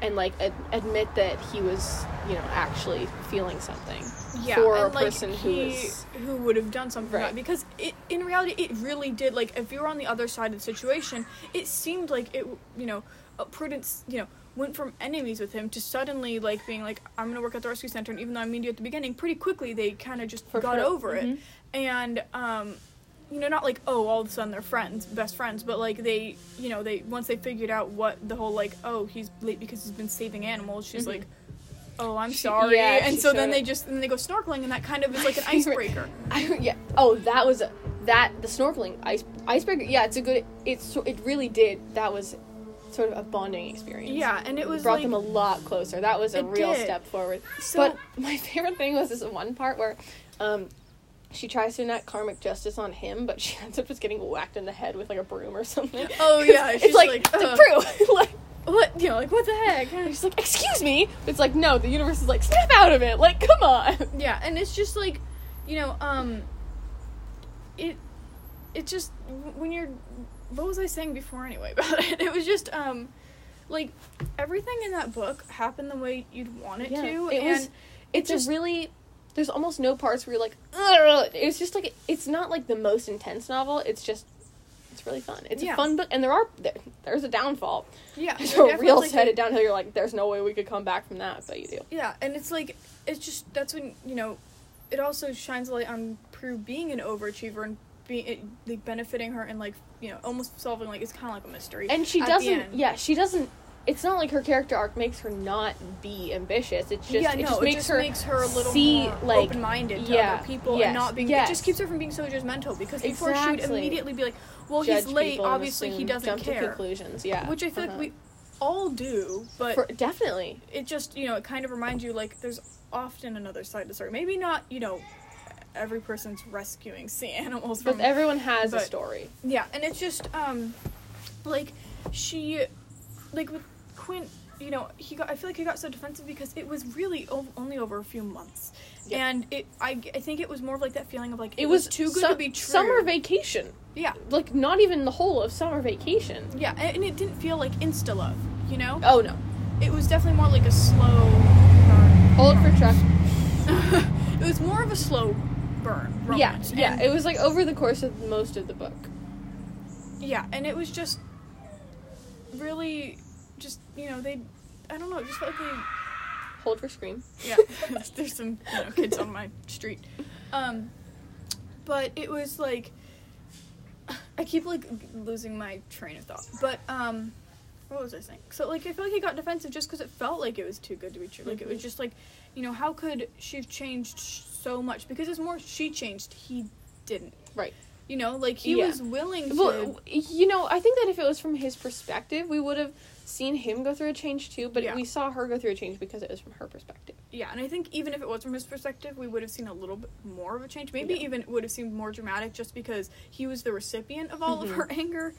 [SPEAKER 1] and like ad- admit that he was you know actually feeling something
[SPEAKER 2] yeah,
[SPEAKER 1] for
[SPEAKER 2] and,
[SPEAKER 1] a person
[SPEAKER 2] like,
[SPEAKER 1] who
[SPEAKER 2] he,
[SPEAKER 1] is
[SPEAKER 2] who would have done something
[SPEAKER 1] Right.
[SPEAKER 2] about it. because it in reality it really did like if you were on the other side of the situation it seemed like it you know uh, prudence you know went from enemies with him to suddenly like being like i'm gonna work at the rescue center and even though i mean you at the beginning pretty quickly they kind of just
[SPEAKER 1] For
[SPEAKER 2] got
[SPEAKER 1] sure.
[SPEAKER 2] over it
[SPEAKER 1] Mhm.
[SPEAKER 2] and um you know not like oh all of a sudden they're friends best friends but like they you know they once they figured out what the whole like oh he's late because he's been saving animals she's
[SPEAKER 1] Mhm.
[SPEAKER 2] like oh i'm
[SPEAKER 1] She-
[SPEAKER 2] sorry
[SPEAKER 1] yeah,
[SPEAKER 2] and
[SPEAKER 1] she
[SPEAKER 2] so then
[SPEAKER 1] showed
[SPEAKER 2] they
[SPEAKER 1] it. [LAUGHS]
[SPEAKER 2] just and they go snorkeling and that kind of is like an
[SPEAKER 1] Favorite-
[SPEAKER 2] icebreaker
[SPEAKER 1] I, yeah oh that was a that the snorkeling ice iceberg. Yeah, it's a good. It's so- it really did. That was sort of a bonding experience.
[SPEAKER 2] Yeah, and it was
[SPEAKER 1] brought
[SPEAKER 2] like,
[SPEAKER 1] them a lot closer. That was a
[SPEAKER 2] It
[SPEAKER 1] real
[SPEAKER 2] did.
[SPEAKER 1] step forward.
[SPEAKER 2] So-
[SPEAKER 1] but [LAUGHS] my favorite thing was this one part where um, she tries to enact karmic justice on him, but she [LAUGHS] ends up just getting whacked in the head with like a broom or something.
[SPEAKER 2] [LAUGHS] Oh, yeah,
[SPEAKER 1] it's
[SPEAKER 2] she's
[SPEAKER 1] like,
[SPEAKER 2] like, uh.
[SPEAKER 1] the
[SPEAKER 2] "Ugh."
[SPEAKER 1] broom. [LAUGHS] like
[SPEAKER 2] what you know, like what the
[SPEAKER 1] [LAUGHS]
[SPEAKER 2] heck?
[SPEAKER 1] she's like, excuse me. It's like no, the universe is like snap out of it. Like come on. [LAUGHS]
[SPEAKER 2] Yeah, and it's just like, you know, um, it, it just when you're, what was I saying before anyway [LAUGHS] about it? It was just um, like everything in that book happened the way you'd want it
[SPEAKER 1] Yeah,
[SPEAKER 2] to,
[SPEAKER 1] it
[SPEAKER 2] and
[SPEAKER 1] was-
[SPEAKER 2] it
[SPEAKER 1] It's
[SPEAKER 2] just
[SPEAKER 1] a really. There's almost no parts where you're like, Ugh! it's just like it's not like the most intense novel. It's just. It's really fun. It's
[SPEAKER 2] Yeah.
[SPEAKER 1] a fun book, and there are there, there's a downfall. [LAUGHS]
[SPEAKER 2] yeah,
[SPEAKER 1] There's
[SPEAKER 2] it
[SPEAKER 1] a
[SPEAKER 2] definitely
[SPEAKER 1] real
[SPEAKER 2] was, like,
[SPEAKER 1] headed downhill. You're like, there's no way we could come back from that, but you do.
[SPEAKER 2] Yeah, and it's like it's just that's when you know, it also shines a light on Prue being an overachiever and being it, like benefiting her and like you know almost solving like it's kind of like a mystery.
[SPEAKER 1] And she
[SPEAKER 2] at the
[SPEAKER 1] doesn't.
[SPEAKER 2] end.
[SPEAKER 1] Yeah, she doesn't. It's not like her character arc makes her not be ambitious. It's just
[SPEAKER 2] yeah,
[SPEAKER 1] it
[SPEAKER 2] no,
[SPEAKER 1] just
[SPEAKER 2] it
[SPEAKER 1] makes
[SPEAKER 2] just
[SPEAKER 1] her
[SPEAKER 2] makes her a little
[SPEAKER 1] see,
[SPEAKER 2] more
[SPEAKER 1] like-
[SPEAKER 2] open-minded to
[SPEAKER 1] yeah,
[SPEAKER 2] other people
[SPEAKER 1] yes,
[SPEAKER 2] and not being.
[SPEAKER 1] yes.
[SPEAKER 2] It just keeps her from being so judgmental because before she would
[SPEAKER 1] Exactly.
[SPEAKER 2] immediately be like, "Well,
[SPEAKER 1] judge
[SPEAKER 2] he's late.
[SPEAKER 1] people and
[SPEAKER 2] Obviously, he
[SPEAKER 1] assume-
[SPEAKER 2] doesn't
[SPEAKER 1] jump To
[SPEAKER 2] care,"
[SPEAKER 1] conclusions, yeah.
[SPEAKER 2] which I feel
[SPEAKER 1] Uh-huh.
[SPEAKER 2] like we all do. But
[SPEAKER 1] For- definitely
[SPEAKER 2] it just you know it kind of reminds you like there's often another side to the story. Maybe not you know every person's rescuing sea [LAUGHS] animals
[SPEAKER 1] because
[SPEAKER 2] from
[SPEAKER 1] everyone has a
[SPEAKER 2] but-
[SPEAKER 1] story.
[SPEAKER 2] yeah, and it's just um, like she, like with Quint, you know, he got. I feel like he got so defensive because it was really o- only over a few months,
[SPEAKER 1] Yeah.
[SPEAKER 2] and it. I, I think it was more of like that feeling of like
[SPEAKER 1] It was
[SPEAKER 2] too good
[SPEAKER 1] su-
[SPEAKER 2] to be true.
[SPEAKER 1] Summer vacation,
[SPEAKER 2] yeah,
[SPEAKER 1] like not even the whole of summer vacation.
[SPEAKER 2] yeah, and, and it didn't feel like insta love. You know,
[SPEAKER 1] Oh no,
[SPEAKER 2] it was definitely more like a slow. burn.
[SPEAKER 1] hold for truck.
[SPEAKER 2] [LAUGHS] it was more of a slow burn.
[SPEAKER 1] Yeah,
[SPEAKER 2] romance,
[SPEAKER 1] yeah.
[SPEAKER 2] and-
[SPEAKER 1] It was like over the course of most of the book.
[SPEAKER 2] Yeah, and it was just really just you know, they I don't know, it just felt like
[SPEAKER 1] Hold for scream.
[SPEAKER 2] they Yeah. [LAUGHS] there's some you know, kids on my street. Um but it was like I keep like losing my train of thought. But um what was I saying? So like I feel like he got defensive just cuz it felt like it was too good to be true. Like it was
[SPEAKER 1] Mm-hmm.
[SPEAKER 2] just like, you know, how could she've changed sh- so much because it's more she changed, he didn't.
[SPEAKER 1] [LAUGHS] Right.
[SPEAKER 2] You know, like he
[SPEAKER 1] Yeah.
[SPEAKER 2] was willing to
[SPEAKER 1] Well, you know, I think that if it was from his perspective, we would have seen him go through a change too. But
[SPEAKER 2] Yeah.
[SPEAKER 1] we saw her go through a change because it was from her perspective.
[SPEAKER 2] Yeah, and I think even if it was from his perspective, we would have seen a little bit more of a change. Maybe
[SPEAKER 1] Yeah.
[SPEAKER 2] even it would have seemed more dramatic just because he was the recipient of all
[SPEAKER 1] Mm-hmm.
[SPEAKER 2] of her anger.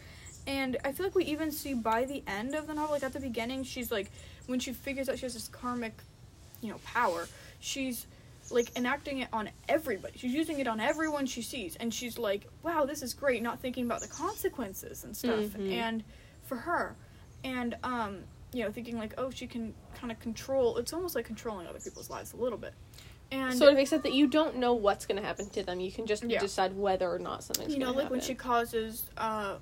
[SPEAKER 2] And I feel like we even see by the end of the novel, like at the beginning, she's like, when she figures out she has this karmic, you know, power, she's like enacting it on everybody. She's using it on everyone she sees. And she's like, wow, this is great, not thinking about the consequences and stuff.
[SPEAKER 1] Mhm.
[SPEAKER 2] And for her, and um you know thinking like oh she can kind of control it's almost like controlling other people's lives a little bit and
[SPEAKER 1] sort of, except that you don't know what's going to happen to them. You can just
[SPEAKER 2] Yeah.
[SPEAKER 1] decide whether or not something's.
[SPEAKER 2] you know
[SPEAKER 1] gonna
[SPEAKER 2] like when she
[SPEAKER 1] happen.
[SPEAKER 2] causes uh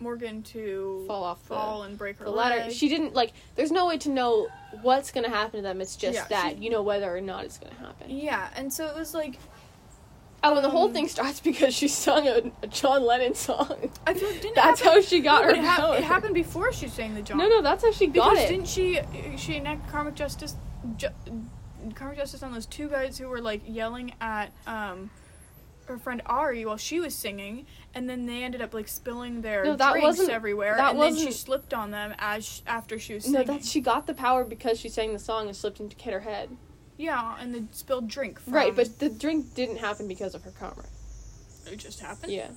[SPEAKER 2] morgan to
[SPEAKER 1] Fall off the-
[SPEAKER 2] fall and break her
[SPEAKER 1] the ladder,
[SPEAKER 2] leg.
[SPEAKER 1] she didn't like. There's no way to know what's going to happen to them. It's just
[SPEAKER 2] Yeah,
[SPEAKER 1] that
[SPEAKER 2] she-
[SPEAKER 1] you know whether or not it's going to happen.
[SPEAKER 2] yeah and so it was like
[SPEAKER 1] Oh, and the whole
[SPEAKER 2] Um,
[SPEAKER 1] thing starts [LAUGHS] because she sung a, a John Lennon song.
[SPEAKER 2] i feel like
[SPEAKER 1] [LAUGHS]
[SPEAKER 2] didn't
[SPEAKER 1] That's
[SPEAKER 2] happen-
[SPEAKER 1] how she got
[SPEAKER 2] No,
[SPEAKER 1] her
[SPEAKER 2] but it, hap-
[SPEAKER 1] power.
[SPEAKER 2] it happened before she sang the john
[SPEAKER 1] No, no, that's how she got
[SPEAKER 2] because
[SPEAKER 1] it.
[SPEAKER 2] didn't she she enact karmic justice ju- karmic justice on those two guys who were like yelling at um her friend Ari while she was singing, and then they ended up like spilling their
[SPEAKER 1] No, that
[SPEAKER 2] drinks
[SPEAKER 1] wasn't-
[SPEAKER 2] everywhere,
[SPEAKER 1] that
[SPEAKER 2] and then she
[SPEAKER 1] wasn't-
[SPEAKER 2] slipped on them as sh- after she was singing.
[SPEAKER 1] no, that she got the power because she sang the song and slipped into hit her head.
[SPEAKER 2] yeah, and the spilled drink. From,
[SPEAKER 1] Right, but the drink didn't happen because of her karma.
[SPEAKER 2] it just happened.
[SPEAKER 1] Yeah,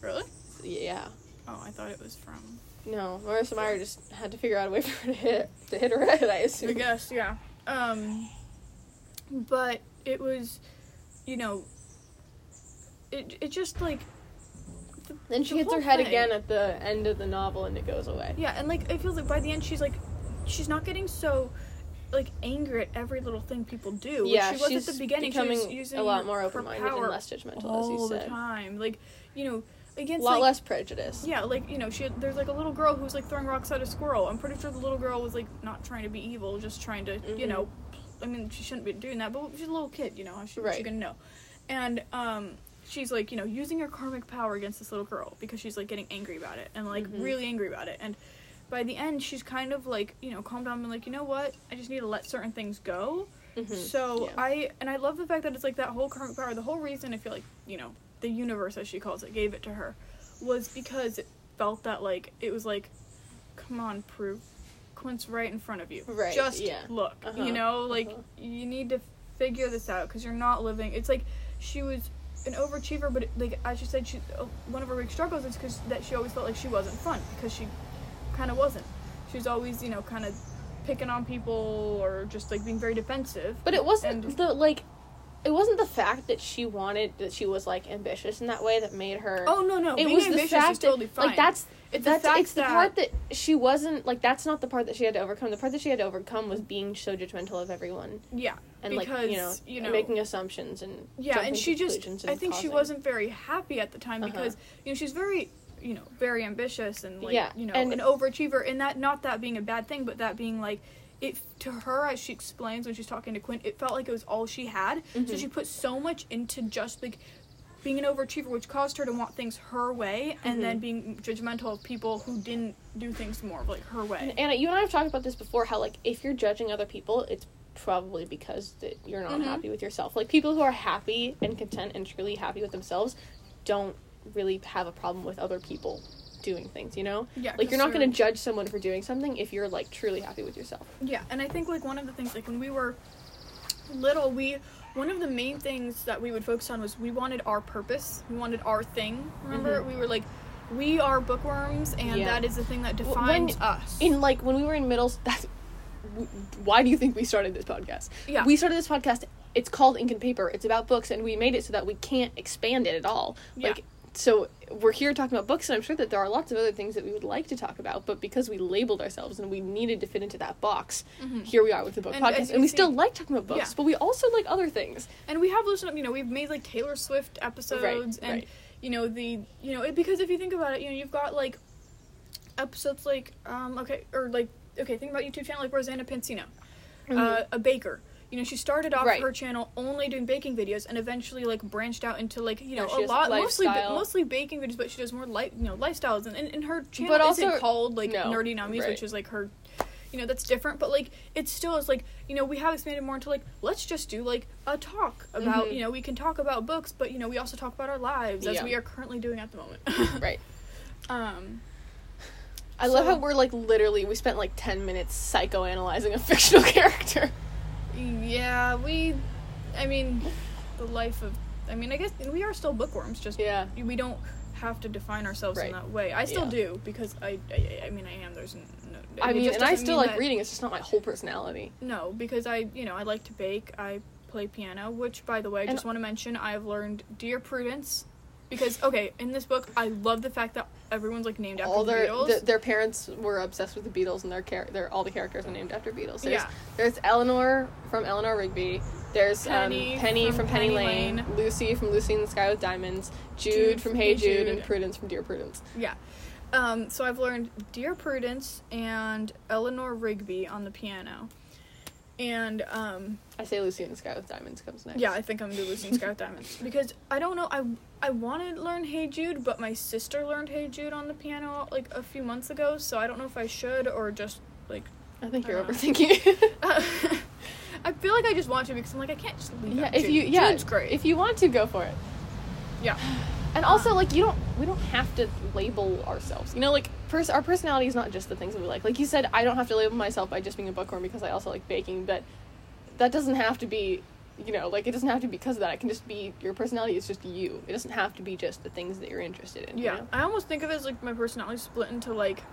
[SPEAKER 2] really?
[SPEAKER 1] yeah.
[SPEAKER 2] Oh, I thought it was from.
[SPEAKER 1] No, Marissa Meyer just had to figure out a way [LAUGHS] for her to hit to hit her head. I
[SPEAKER 2] I
[SPEAKER 1] assume.
[SPEAKER 2] guess, yeah. Um, but it was, you know, it it just like. the-
[SPEAKER 1] Then she
[SPEAKER 2] the
[SPEAKER 1] hits her
[SPEAKER 2] whole
[SPEAKER 1] head
[SPEAKER 2] thing.
[SPEAKER 1] again at the end of the novel, and it goes away.
[SPEAKER 2] Yeah, and like it feels like by the end she's like, she's not getting so, like angry at every little thing people do. which
[SPEAKER 1] Yeah,
[SPEAKER 2] she was
[SPEAKER 1] she's
[SPEAKER 2] at the beginning.
[SPEAKER 1] becoming
[SPEAKER 2] she was using
[SPEAKER 1] a lot
[SPEAKER 2] her-
[SPEAKER 1] more
[SPEAKER 2] her
[SPEAKER 1] open-minded and
[SPEAKER 2] power
[SPEAKER 1] less judgmental,
[SPEAKER 2] all
[SPEAKER 1] as you
[SPEAKER 2] the
[SPEAKER 1] said.
[SPEAKER 2] time. Like, you know,
[SPEAKER 1] A
[SPEAKER 2] against
[SPEAKER 1] lot
[SPEAKER 2] like,
[SPEAKER 1] less prejudice.
[SPEAKER 2] Yeah, like you know, she there's like a little girl who's like throwing rocks at a squirrel. I'm pretty sure the little girl was like not trying to be evil, just trying to you
[SPEAKER 1] Mhm.
[SPEAKER 2] know, I mean she shouldn't be doing that, but she's a little kid, you know, how she, she
[SPEAKER 1] Right.
[SPEAKER 2] gonna know? And um, she's like you know using her karmic power against this little girl because she's like getting angry about it and like
[SPEAKER 1] Mhm.
[SPEAKER 2] really angry about it. And by the end, she's kind of like you know calmed down and like you know what, I just need to let certain things go.
[SPEAKER 1] Mhm.
[SPEAKER 2] So
[SPEAKER 1] Yeah.
[SPEAKER 2] I and I love the fact that it's like that whole karmic power. The whole reason I feel like you know the universe as she calls it gave it to her was because it felt that like it was like come on prue quint's right in front of you
[SPEAKER 1] Right,
[SPEAKER 2] just
[SPEAKER 1] yeah.
[SPEAKER 2] look
[SPEAKER 1] Uh-huh,
[SPEAKER 2] you know like
[SPEAKER 1] uh-huh.
[SPEAKER 2] you need to figure this out because you're not living it's like she was an overachiever but like as she said she uh, one of her big struggles is because that she always felt like she wasn't fun because she kind of wasn't she was always you know kind of picking on people or just like being very defensive
[SPEAKER 1] But it wasn't
[SPEAKER 2] And-
[SPEAKER 1] the like it wasn't the fact that she wanted that she was like ambitious in that way that made her
[SPEAKER 2] oh no no
[SPEAKER 1] it
[SPEAKER 2] being
[SPEAKER 1] was the
[SPEAKER 2] ambitious
[SPEAKER 1] fact
[SPEAKER 2] is totally
[SPEAKER 1] that,
[SPEAKER 2] fine
[SPEAKER 1] like that's
[SPEAKER 2] it's
[SPEAKER 1] that's
[SPEAKER 2] the fact
[SPEAKER 1] it's the
[SPEAKER 2] that,
[SPEAKER 1] part that she wasn't like that's not the part that she had to overcome. The part that she had to overcome was being so judgmental of everyone
[SPEAKER 2] yeah
[SPEAKER 1] and like you know,
[SPEAKER 2] Because, you know-
[SPEAKER 1] making assumptions and
[SPEAKER 2] yeah
[SPEAKER 1] jumping
[SPEAKER 2] and she just
[SPEAKER 1] conclusions and
[SPEAKER 2] i think she
[SPEAKER 1] causing-
[SPEAKER 2] wasn't very happy at the time
[SPEAKER 1] Uh-huh.
[SPEAKER 2] because you know she's very you know very ambitious and like
[SPEAKER 1] Yeah,
[SPEAKER 2] you know
[SPEAKER 1] and-
[SPEAKER 2] an overachiever and that not that being a bad thing but that being like it to her as she explains when she's talking to quinn it felt like it was all she had
[SPEAKER 1] Mm-hmm.
[SPEAKER 2] so she put so much into just like being an overachiever which caused her to want things her way
[SPEAKER 1] Mm-hmm.
[SPEAKER 2] and then being judgmental of people who didn't do things more of like her way
[SPEAKER 1] Anna, you and I have talked about this before. How like if you're judging other people, it's probably because that you're not
[SPEAKER 2] Mhm.
[SPEAKER 1] happy with yourself. Like people who are happy and content and truly happy with themselves don't really have a problem with other people doing things. You know,
[SPEAKER 2] yeah
[SPEAKER 1] like
[SPEAKER 2] 'cause
[SPEAKER 1] you're not
[SPEAKER 2] they're-
[SPEAKER 1] going to judge someone for doing something if you're like truly happy with yourself.
[SPEAKER 2] Yeah, and I think like one of the things like when we were little, we one of the main things that we would focus on was we wanted our purpose. We wanted our thing. Remember,
[SPEAKER 1] Mhm.
[SPEAKER 2] we were like, we are bookworms, and
[SPEAKER 1] Yeah.
[SPEAKER 2] that is the thing that
[SPEAKER 1] W- when-
[SPEAKER 2] defines us.
[SPEAKER 1] In like when we were in middle, s- that's w- why do you think we started this podcast?
[SPEAKER 2] Yeah.
[SPEAKER 1] we started this podcast. It's called Ink and Paper. It's about books, and we made it so that we can't expand it at all.
[SPEAKER 2] Yeah.
[SPEAKER 1] Like, so we're here talking about books, and I'm sure that there are lots of other things that we would like to talk about, but because we labeled ourselves and we needed to fit into that box, here we are with the book
[SPEAKER 2] Mm-hmm. And as
[SPEAKER 1] podcast,
[SPEAKER 2] you
[SPEAKER 1] and we
[SPEAKER 2] see-
[SPEAKER 1] still like talking about books,
[SPEAKER 2] Yeah.
[SPEAKER 1] but we also like other
[SPEAKER 2] [COUGHS]
[SPEAKER 1] things.
[SPEAKER 2] and we have listened. You know, we've made like Taylor Swift episodes, and
[SPEAKER 1] right.
[SPEAKER 2] you know the you know it, because if you think about it, you know you've got like episodes like um okay or like okay think about YouTube channel like Rosanna Pansino, uh, a baker. You know, she started off
[SPEAKER 1] Mm-hmm. Right.
[SPEAKER 2] her channel only doing baking videos, and eventually like branched out into like you know
[SPEAKER 1] she
[SPEAKER 2] a
[SPEAKER 1] does
[SPEAKER 2] lot mostly
[SPEAKER 1] lifestyle.
[SPEAKER 2] mostly baking videos, but she does more light you know lifestyles, and, and, and her channel
[SPEAKER 1] But
[SPEAKER 2] isn't
[SPEAKER 1] also-
[SPEAKER 2] called like
[SPEAKER 1] no,
[SPEAKER 2] Nerdy Nummies,
[SPEAKER 1] right.
[SPEAKER 2] which is like her you know that's different but like it still is like you know we have expanded more into like let's just do like a talk about
[SPEAKER 1] Mhm.
[SPEAKER 2] you know we can talk about books but you know we also talk about our lives as
[SPEAKER 1] Yeah.
[SPEAKER 2] we are currently doing at the moment
[SPEAKER 1] [LAUGHS] Right.
[SPEAKER 2] [LAUGHS] um
[SPEAKER 1] I love
[SPEAKER 2] So-
[SPEAKER 1] how we're like literally we spent like ten minutes psychoanalyzing a [LAUGHS] fictional character.
[SPEAKER 2] yeah we i mean the life of i mean i guess we are still bookworms just
[SPEAKER 1] Yeah.
[SPEAKER 2] we don't have to define ourselves
[SPEAKER 1] Right.
[SPEAKER 2] in that way i still
[SPEAKER 1] Yeah.
[SPEAKER 2] do because I, I i mean i am there's n- no
[SPEAKER 1] I
[SPEAKER 2] it
[SPEAKER 1] mean,
[SPEAKER 2] just
[SPEAKER 1] and I
[SPEAKER 2] doesn't
[SPEAKER 1] still
[SPEAKER 2] mean
[SPEAKER 1] like
[SPEAKER 2] that-
[SPEAKER 1] reading. It's just not my whole personality.
[SPEAKER 2] No, because I, you know, I like to bake. I play piano, which, by the way, I
[SPEAKER 1] And-
[SPEAKER 2] just want to mention I've learned Dear Prudence. Because, okay, in this book, I love the fact that everyone's, like, named after
[SPEAKER 1] all
[SPEAKER 2] the
[SPEAKER 1] their
[SPEAKER 2] Beatles.
[SPEAKER 1] th- their parents were obsessed with the Beatles, and their char- their all the characters are named after Beatles. There's,
[SPEAKER 2] Yeah.
[SPEAKER 1] there's Eleanor from Eleanor Rigby. There's
[SPEAKER 2] Penny
[SPEAKER 1] um, Penny from, Penny, Lane,
[SPEAKER 2] Lane.
[SPEAKER 1] Lucy from Lucy in the Sky with Diamonds. Jude,
[SPEAKER 2] Jude
[SPEAKER 1] from
[SPEAKER 2] from
[SPEAKER 1] Hey
[SPEAKER 2] Hey
[SPEAKER 1] Jude,
[SPEAKER 2] Jude.
[SPEAKER 1] and Prudence from Dear Prudence.
[SPEAKER 2] yeah. Um, so I've learned Dear Prudence and Eleanor Rigby on the piano. And, um,
[SPEAKER 1] I say Lucy in the Sky with Diamonds comes next.
[SPEAKER 2] yeah, I think I'm going to do
[SPEAKER 1] [LAUGHS]
[SPEAKER 2] Lucian Scout Diamonds. Because I don't know, I, I wanted to learn Hey Jude, but my sister learned Hey Jude on the piano, like, a few months ago, so I don't know if I should or just, like,
[SPEAKER 1] I think you're
[SPEAKER 2] I know.
[SPEAKER 1] overthinking.
[SPEAKER 2] [LAUGHS]
[SPEAKER 1] it.
[SPEAKER 2] I feel like I just want to because I'm like I can't just leave.
[SPEAKER 1] yeah,
[SPEAKER 2] out
[SPEAKER 1] if
[SPEAKER 2] Jude.
[SPEAKER 1] you yeah,
[SPEAKER 2] Jude's great.
[SPEAKER 1] if you want to go for it.
[SPEAKER 2] yeah,
[SPEAKER 1] [SIGHS] And also, like, you don't, we don't have to label ourselves. You know, like, pers- our personality is not just the things that we like. Like you said, I don't have to label myself by just being a bookworm because I also like baking, but that doesn't have to be, you know, like, it doesn't have to be because of that. It can just be, your personality is just you. It doesn't have to be just the things that you're interested in. you
[SPEAKER 2] yeah.
[SPEAKER 1] know?
[SPEAKER 2] I almost think of it as like my personality split into like,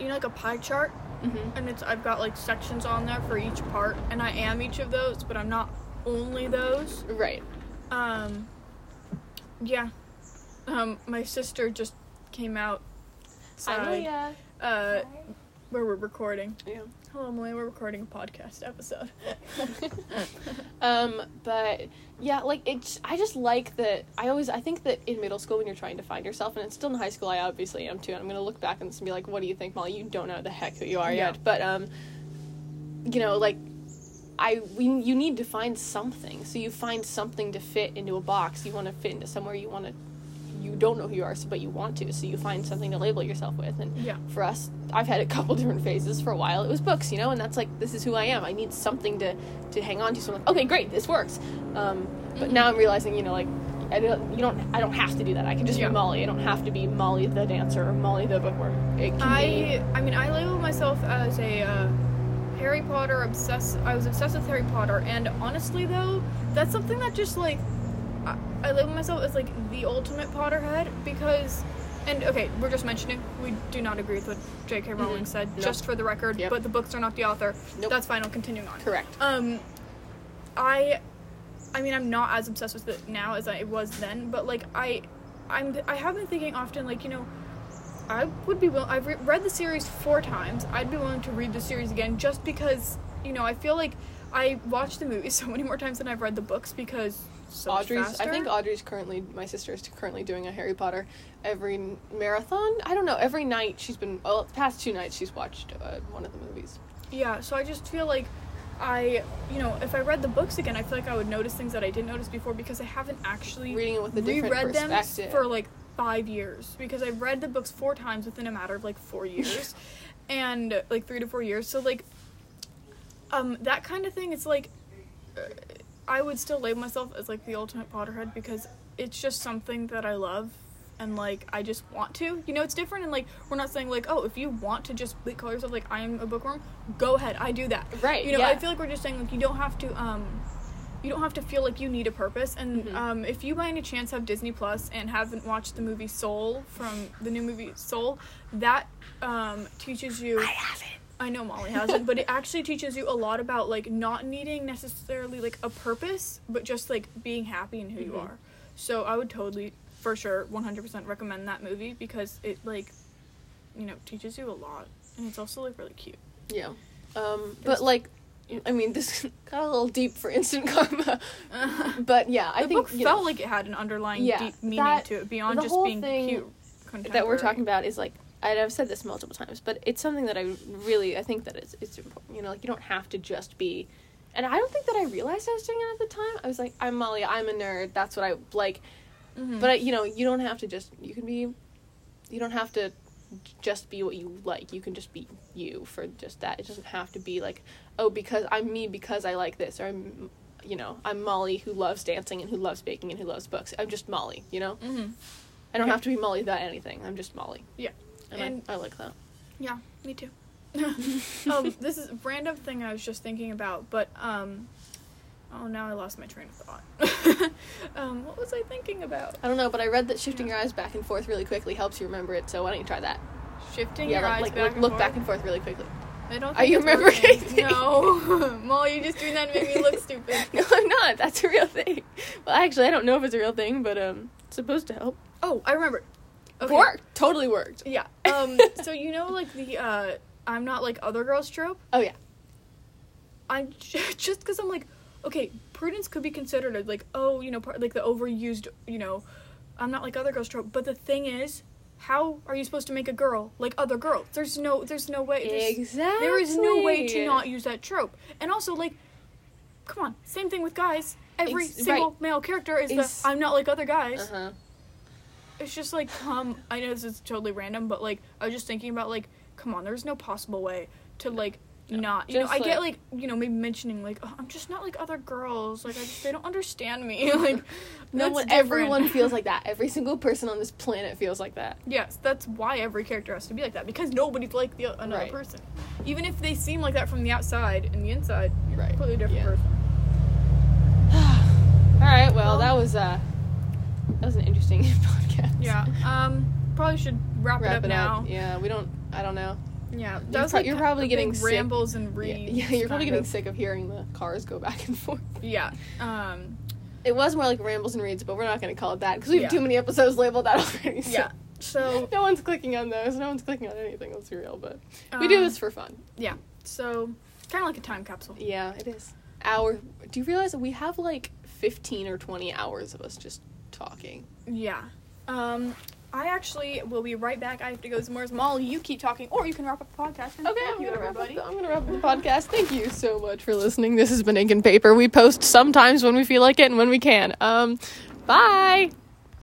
[SPEAKER 2] you know, like a pie chart,
[SPEAKER 1] Mhm.
[SPEAKER 2] and it's I've got like sections on there for each part, and I am each of those, but I'm not only those.
[SPEAKER 1] Right.
[SPEAKER 2] Um, yeah. Um, my sister just came out. side,
[SPEAKER 1] Amelia.
[SPEAKER 2] Uh, where we're recording.
[SPEAKER 1] Yeah.
[SPEAKER 2] Hello, Emily. We're recording a podcast episode. [LAUGHS]
[SPEAKER 1] um but yeah like it's i just like that i always i think that in middle school when you're trying to find yourself and it's still in high school i obviously am too and i'm gonna look back and be like what do you think molly you don't know the heck who you are
[SPEAKER 2] Yeah.
[SPEAKER 1] yet but um you know like i we you need to find something so you find something to fit into a box you want to fit into somewhere you want to you don't know who you are so, but you want to so you find something to label yourself with and
[SPEAKER 2] Yeah.
[SPEAKER 1] for us i've had a couple [LAUGHS] different phases for a while it was books you know and that's like this is who i am i need
[SPEAKER 2] Mm-hmm.
[SPEAKER 1] something to to hang on to so i'm like okay great this works um, but now i'm realizing you know like I don't, you don't, I don't have to do that. I can just
[SPEAKER 2] Yeah.
[SPEAKER 1] be Molly. I don't have to be Molly the dancer or Molly the bookworm. It can be
[SPEAKER 2] I I mean I label myself as a uh, Harry Potter obsessed. I was obsessed with Harry Potter, and honestly though, that's something that just like I, I label myself as like the ultimate Potterhead because. And okay, we're just mentioning we do not agree with what J.K. Rowling
[SPEAKER 1] Mhm.
[SPEAKER 2] said,
[SPEAKER 1] No.
[SPEAKER 2] just for the record.
[SPEAKER 1] Yep.
[SPEAKER 2] But the books are not the author.
[SPEAKER 1] Nope.
[SPEAKER 2] That's final. Continuing on.
[SPEAKER 1] correct.
[SPEAKER 2] Um, I, I mean, I'm not as obsessed with it now as I was then, but like I, I'm I have been thinking often, like you know, I would be willing. I've re- read the series four times. I'd be willing to read the series again just because you know I feel like I watched the movie [LAUGHS] so many more times than I've read the books because so much
[SPEAKER 1] Audrey's. I
[SPEAKER 2] faster.
[SPEAKER 1] think Audrey's currently. My sister is currently doing a Harry Potter every n- marathon. I don't know. Every night she's been. Well, past two nights she's watched uh, one of the movies.
[SPEAKER 2] Yeah, so I just feel like I, you know, if I read the books again, I feel like I would notice things that I didn't notice before because I haven't actually
[SPEAKER 1] Reading it with a different
[SPEAKER 2] reread them
[SPEAKER 1] perspective.
[SPEAKER 2] for like five years because I've read the books four times within a matter of like
[SPEAKER 1] [LAUGHS]
[SPEAKER 2] four years, and like three to four years. So like, um, that kind of thing. It's like uh, I would still label myself as like the ultimate Potterhead because it's just something that I love and like I just want to. You know, it's different and like we're not saying like, oh, if you want to just like, call yourself like I am a bookworm, go ahead, I do that.
[SPEAKER 1] Right,
[SPEAKER 2] You know,
[SPEAKER 1] yeah.
[SPEAKER 2] I feel like we're just saying like you don't have to um you don't have to feel like you need a purpose and
[SPEAKER 1] Mhm.
[SPEAKER 2] um, if you by any chance have disney plus and haven't watched the movie soul from the new movie soul that um, teaches you I know Molly hasn't, but it actually teaches you a lot about like not needing necessarily like a purpose, but just like being happy in who you
[SPEAKER 1] Mhm.
[SPEAKER 2] are. So I would totally, for sure, one hundred percent recommend that movie because it like, you know, teaches you a lot, and it's also like really cute.
[SPEAKER 1] Yeah. Um, but like, I mean, this [LAUGHS] got a little deep for instant karma. But yeah, [LAUGHS] I
[SPEAKER 2] Uh, the
[SPEAKER 1] think
[SPEAKER 2] book
[SPEAKER 1] you know,
[SPEAKER 2] felt like it had an underlying
[SPEAKER 1] Yeah,
[SPEAKER 2] deep meaning
[SPEAKER 1] that-
[SPEAKER 2] to it beyond
[SPEAKER 1] the
[SPEAKER 2] just
[SPEAKER 1] whole
[SPEAKER 2] being
[SPEAKER 1] thing
[SPEAKER 2] cute.
[SPEAKER 1] that we're talking
[SPEAKER 2] contemporary.
[SPEAKER 1] about is like, and I've said this multiple times, but it's something that I really I think that it's it's important. You know, like you don't have to just be. And I don't think that I realized I was doing it at the time. I was like, I'm Molly. I'm a nerd. That's what I like.
[SPEAKER 2] Mhm.
[SPEAKER 1] But I, you know, you don't have to just. You can be. You don't have to just be what you like. You can just be you for just that. It doesn't have to be like, oh, because I'm me because I like this, or I'm, you know, I'm Molly who loves dancing and who loves baking and who loves books. I'm just Molly. You know,
[SPEAKER 2] Mhm.
[SPEAKER 1] I don't
[SPEAKER 2] Yeah.
[SPEAKER 1] have to be Molly that anything. I'm just Molly.
[SPEAKER 2] Yeah.
[SPEAKER 1] and,
[SPEAKER 2] And-
[SPEAKER 1] I, I like that.
[SPEAKER 2] Yeah, me too. [LAUGHS] um, this is a random thing I was just thinking about, but um, oh now I lost my train of thought. [LAUGHS] um, what was I thinking about?
[SPEAKER 1] I don't know, but I read that shifting your eyes back and forth really quickly helps you remember it. So why don't you try that?
[SPEAKER 2] Shifting
[SPEAKER 1] yeah,
[SPEAKER 2] your
[SPEAKER 1] like,
[SPEAKER 2] eyes
[SPEAKER 1] like,
[SPEAKER 2] back
[SPEAKER 1] look,
[SPEAKER 2] and
[SPEAKER 1] look
[SPEAKER 2] forth?
[SPEAKER 1] back and forth really quickly.
[SPEAKER 2] I don't. Think
[SPEAKER 1] Are you
[SPEAKER 2] it's
[SPEAKER 1] remembering
[SPEAKER 2] working.
[SPEAKER 1] anything?
[SPEAKER 2] No, [LAUGHS] Molly, you're just doing that to make me look stupid.
[SPEAKER 1] [LAUGHS] No, I'm not. That's a real thing. Well, actually, I don't know if it's a real thing, but um, it's supposed to help.
[SPEAKER 2] Oh, I remember. Okay.
[SPEAKER 1] Worked. Totally worked.
[SPEAKER 2] Yeah. Um.
[SPEAKER 1] [LAUGHS]
[SPEAKER 2] so you know, like the uh, I'm not like other girls trope.
[SPEAKER 1] Oh yeah.
[SPEAKER 2] I [LAUGHS] j- just because I'm like, okay, prudence could be considered as like, oh, you know, part, like the overused, you know, I'm not like other girls trope. But the thing is, how are you supposed to make a girl like other girls? There's no, there's no way. There's,
[SPEAKER 1] Exactly.
[SPEAKER 2] there is no way to not use that trope. And also, like, come on, same thing with guys. Every
[SPEAKER 1] Ex-
[SPEAKER 2] single
[SPEAKER 1] right.
[SPEAKER 2] male character is
[SPEAKER 1] Is-
[SPEAKER 2] the I'm not like other guys.
[SPEAKER 1] Uh-huh.
[SPEAKER 2] It's just like, come. I know this is totally random, but like, I was just thinking about like, come on, there's no possible way to like not. You know,
[SPEAKER 1] Just,
[SPEAKER 2] I get
[SPEAKER 1] like-
[SPEAKER 2] like, you know, maybe mentioning like, oh, I'm just not like other girls. Like, I just, they don't
[SPEAKER 1] [LAUGHS]
[SPEAKER 2] understand me. like,
[SPEAKER 1] No
[SPEAKER 2] that's
[SPEAKER 1] one.
[SPEAKER 2] different.
[SPEAKER 1] Everyone
[SPEAKER 2] [LAUGHS]
[SPEAKER 1] feels like that. Every single person on this planet feels like that.
[SPEAKER 2] Yes, that's why every character has to be like that because nobody's like the another
[SPEAKER 1] Right.
[SPEAKER 2] person. Even if they seem like that from the outside, and the inside, you're
[SPEAKER 1] Right,
[SPEAKER 2] a completely different
[SPEAKER 1] yeah.
[SPEAKER 2] person.
[SPEAKER 1] All right. Well,
[SPEAKER 2] Well-
[SPEAKER 1] that was uh, that was an interesting [LAUGHS] podcast.
[SPEAKER 2] Yeah. Um. Probably should wrap, it
[SPEAKER 1] Wrap
[SPEAKER 2] up
[SPEAKER 1] it
[SPEAKER 2] now.
[SPEAKER 1] up. Yeah. We don't. I don't know.
[SPEAKER 2] Yeah. That
[SPEAKER 1] You're
[SPEAKER 2] was
[SPEAKER 1] pro-
[SPEAKER 2] like
[SPEAKER 1] you're probably
[SPEAKER 2] a big
[SPEAKER 1] getting sick.
[SPEAKER 2] rambles and
[SPEAKER 1] Yeah, [LAUGHS]
[SPEAKER 2] reads.
[SPEAKER 1] yeah, you're probably
[SPEAKER 2] kind
[SPEAKER 1] getting
[SPEAKER 2] of.
[SPEAKER 1] sick of hearing the cars go back and forth.
[SPEAKER 2] Yeah. Um.
[SPEAKER 1] It was more like rambles and reads, but we're not going to call it that because we have
[SPEAKER 2] Yeah.
[SPEAKER 1] too many episodes labeled that already. So.
[SPEAKER 2] Yeah. So
[SPEAKER 1] No one's clicking on those. No one's clicking on anything. Let's be real, but we do
[SPEAKER 2] Um,
[SPEAKER 1] this for fun.
[SPEAKER 2] Yeah. So kind of like a time capsule.
[SPEAKER 1] Yeah, it is. Hour. Do you realize that we have like fifteen or twenty hours of us just talking?
[SPEAKER 2] Yeah. Um, I actually will be right back. I have to go somewhere. Mall, you keep talking, or you can wrap up the podcast. And
[SPEAKER 1] Okay,
[SPEAKER 2] thank
[SPEAKER 1] I'm
[SPEAKER 2] you,
[SPEAKER 1] gonna, wrap up
[SPEAKER 2] everybody.
[SPEAKER 1] the, I'm gonna wrap up the podcast. Thank you so much for listening. This has been Ink and Paper. We post sometimes when we feel like it and when we can. Um, bye.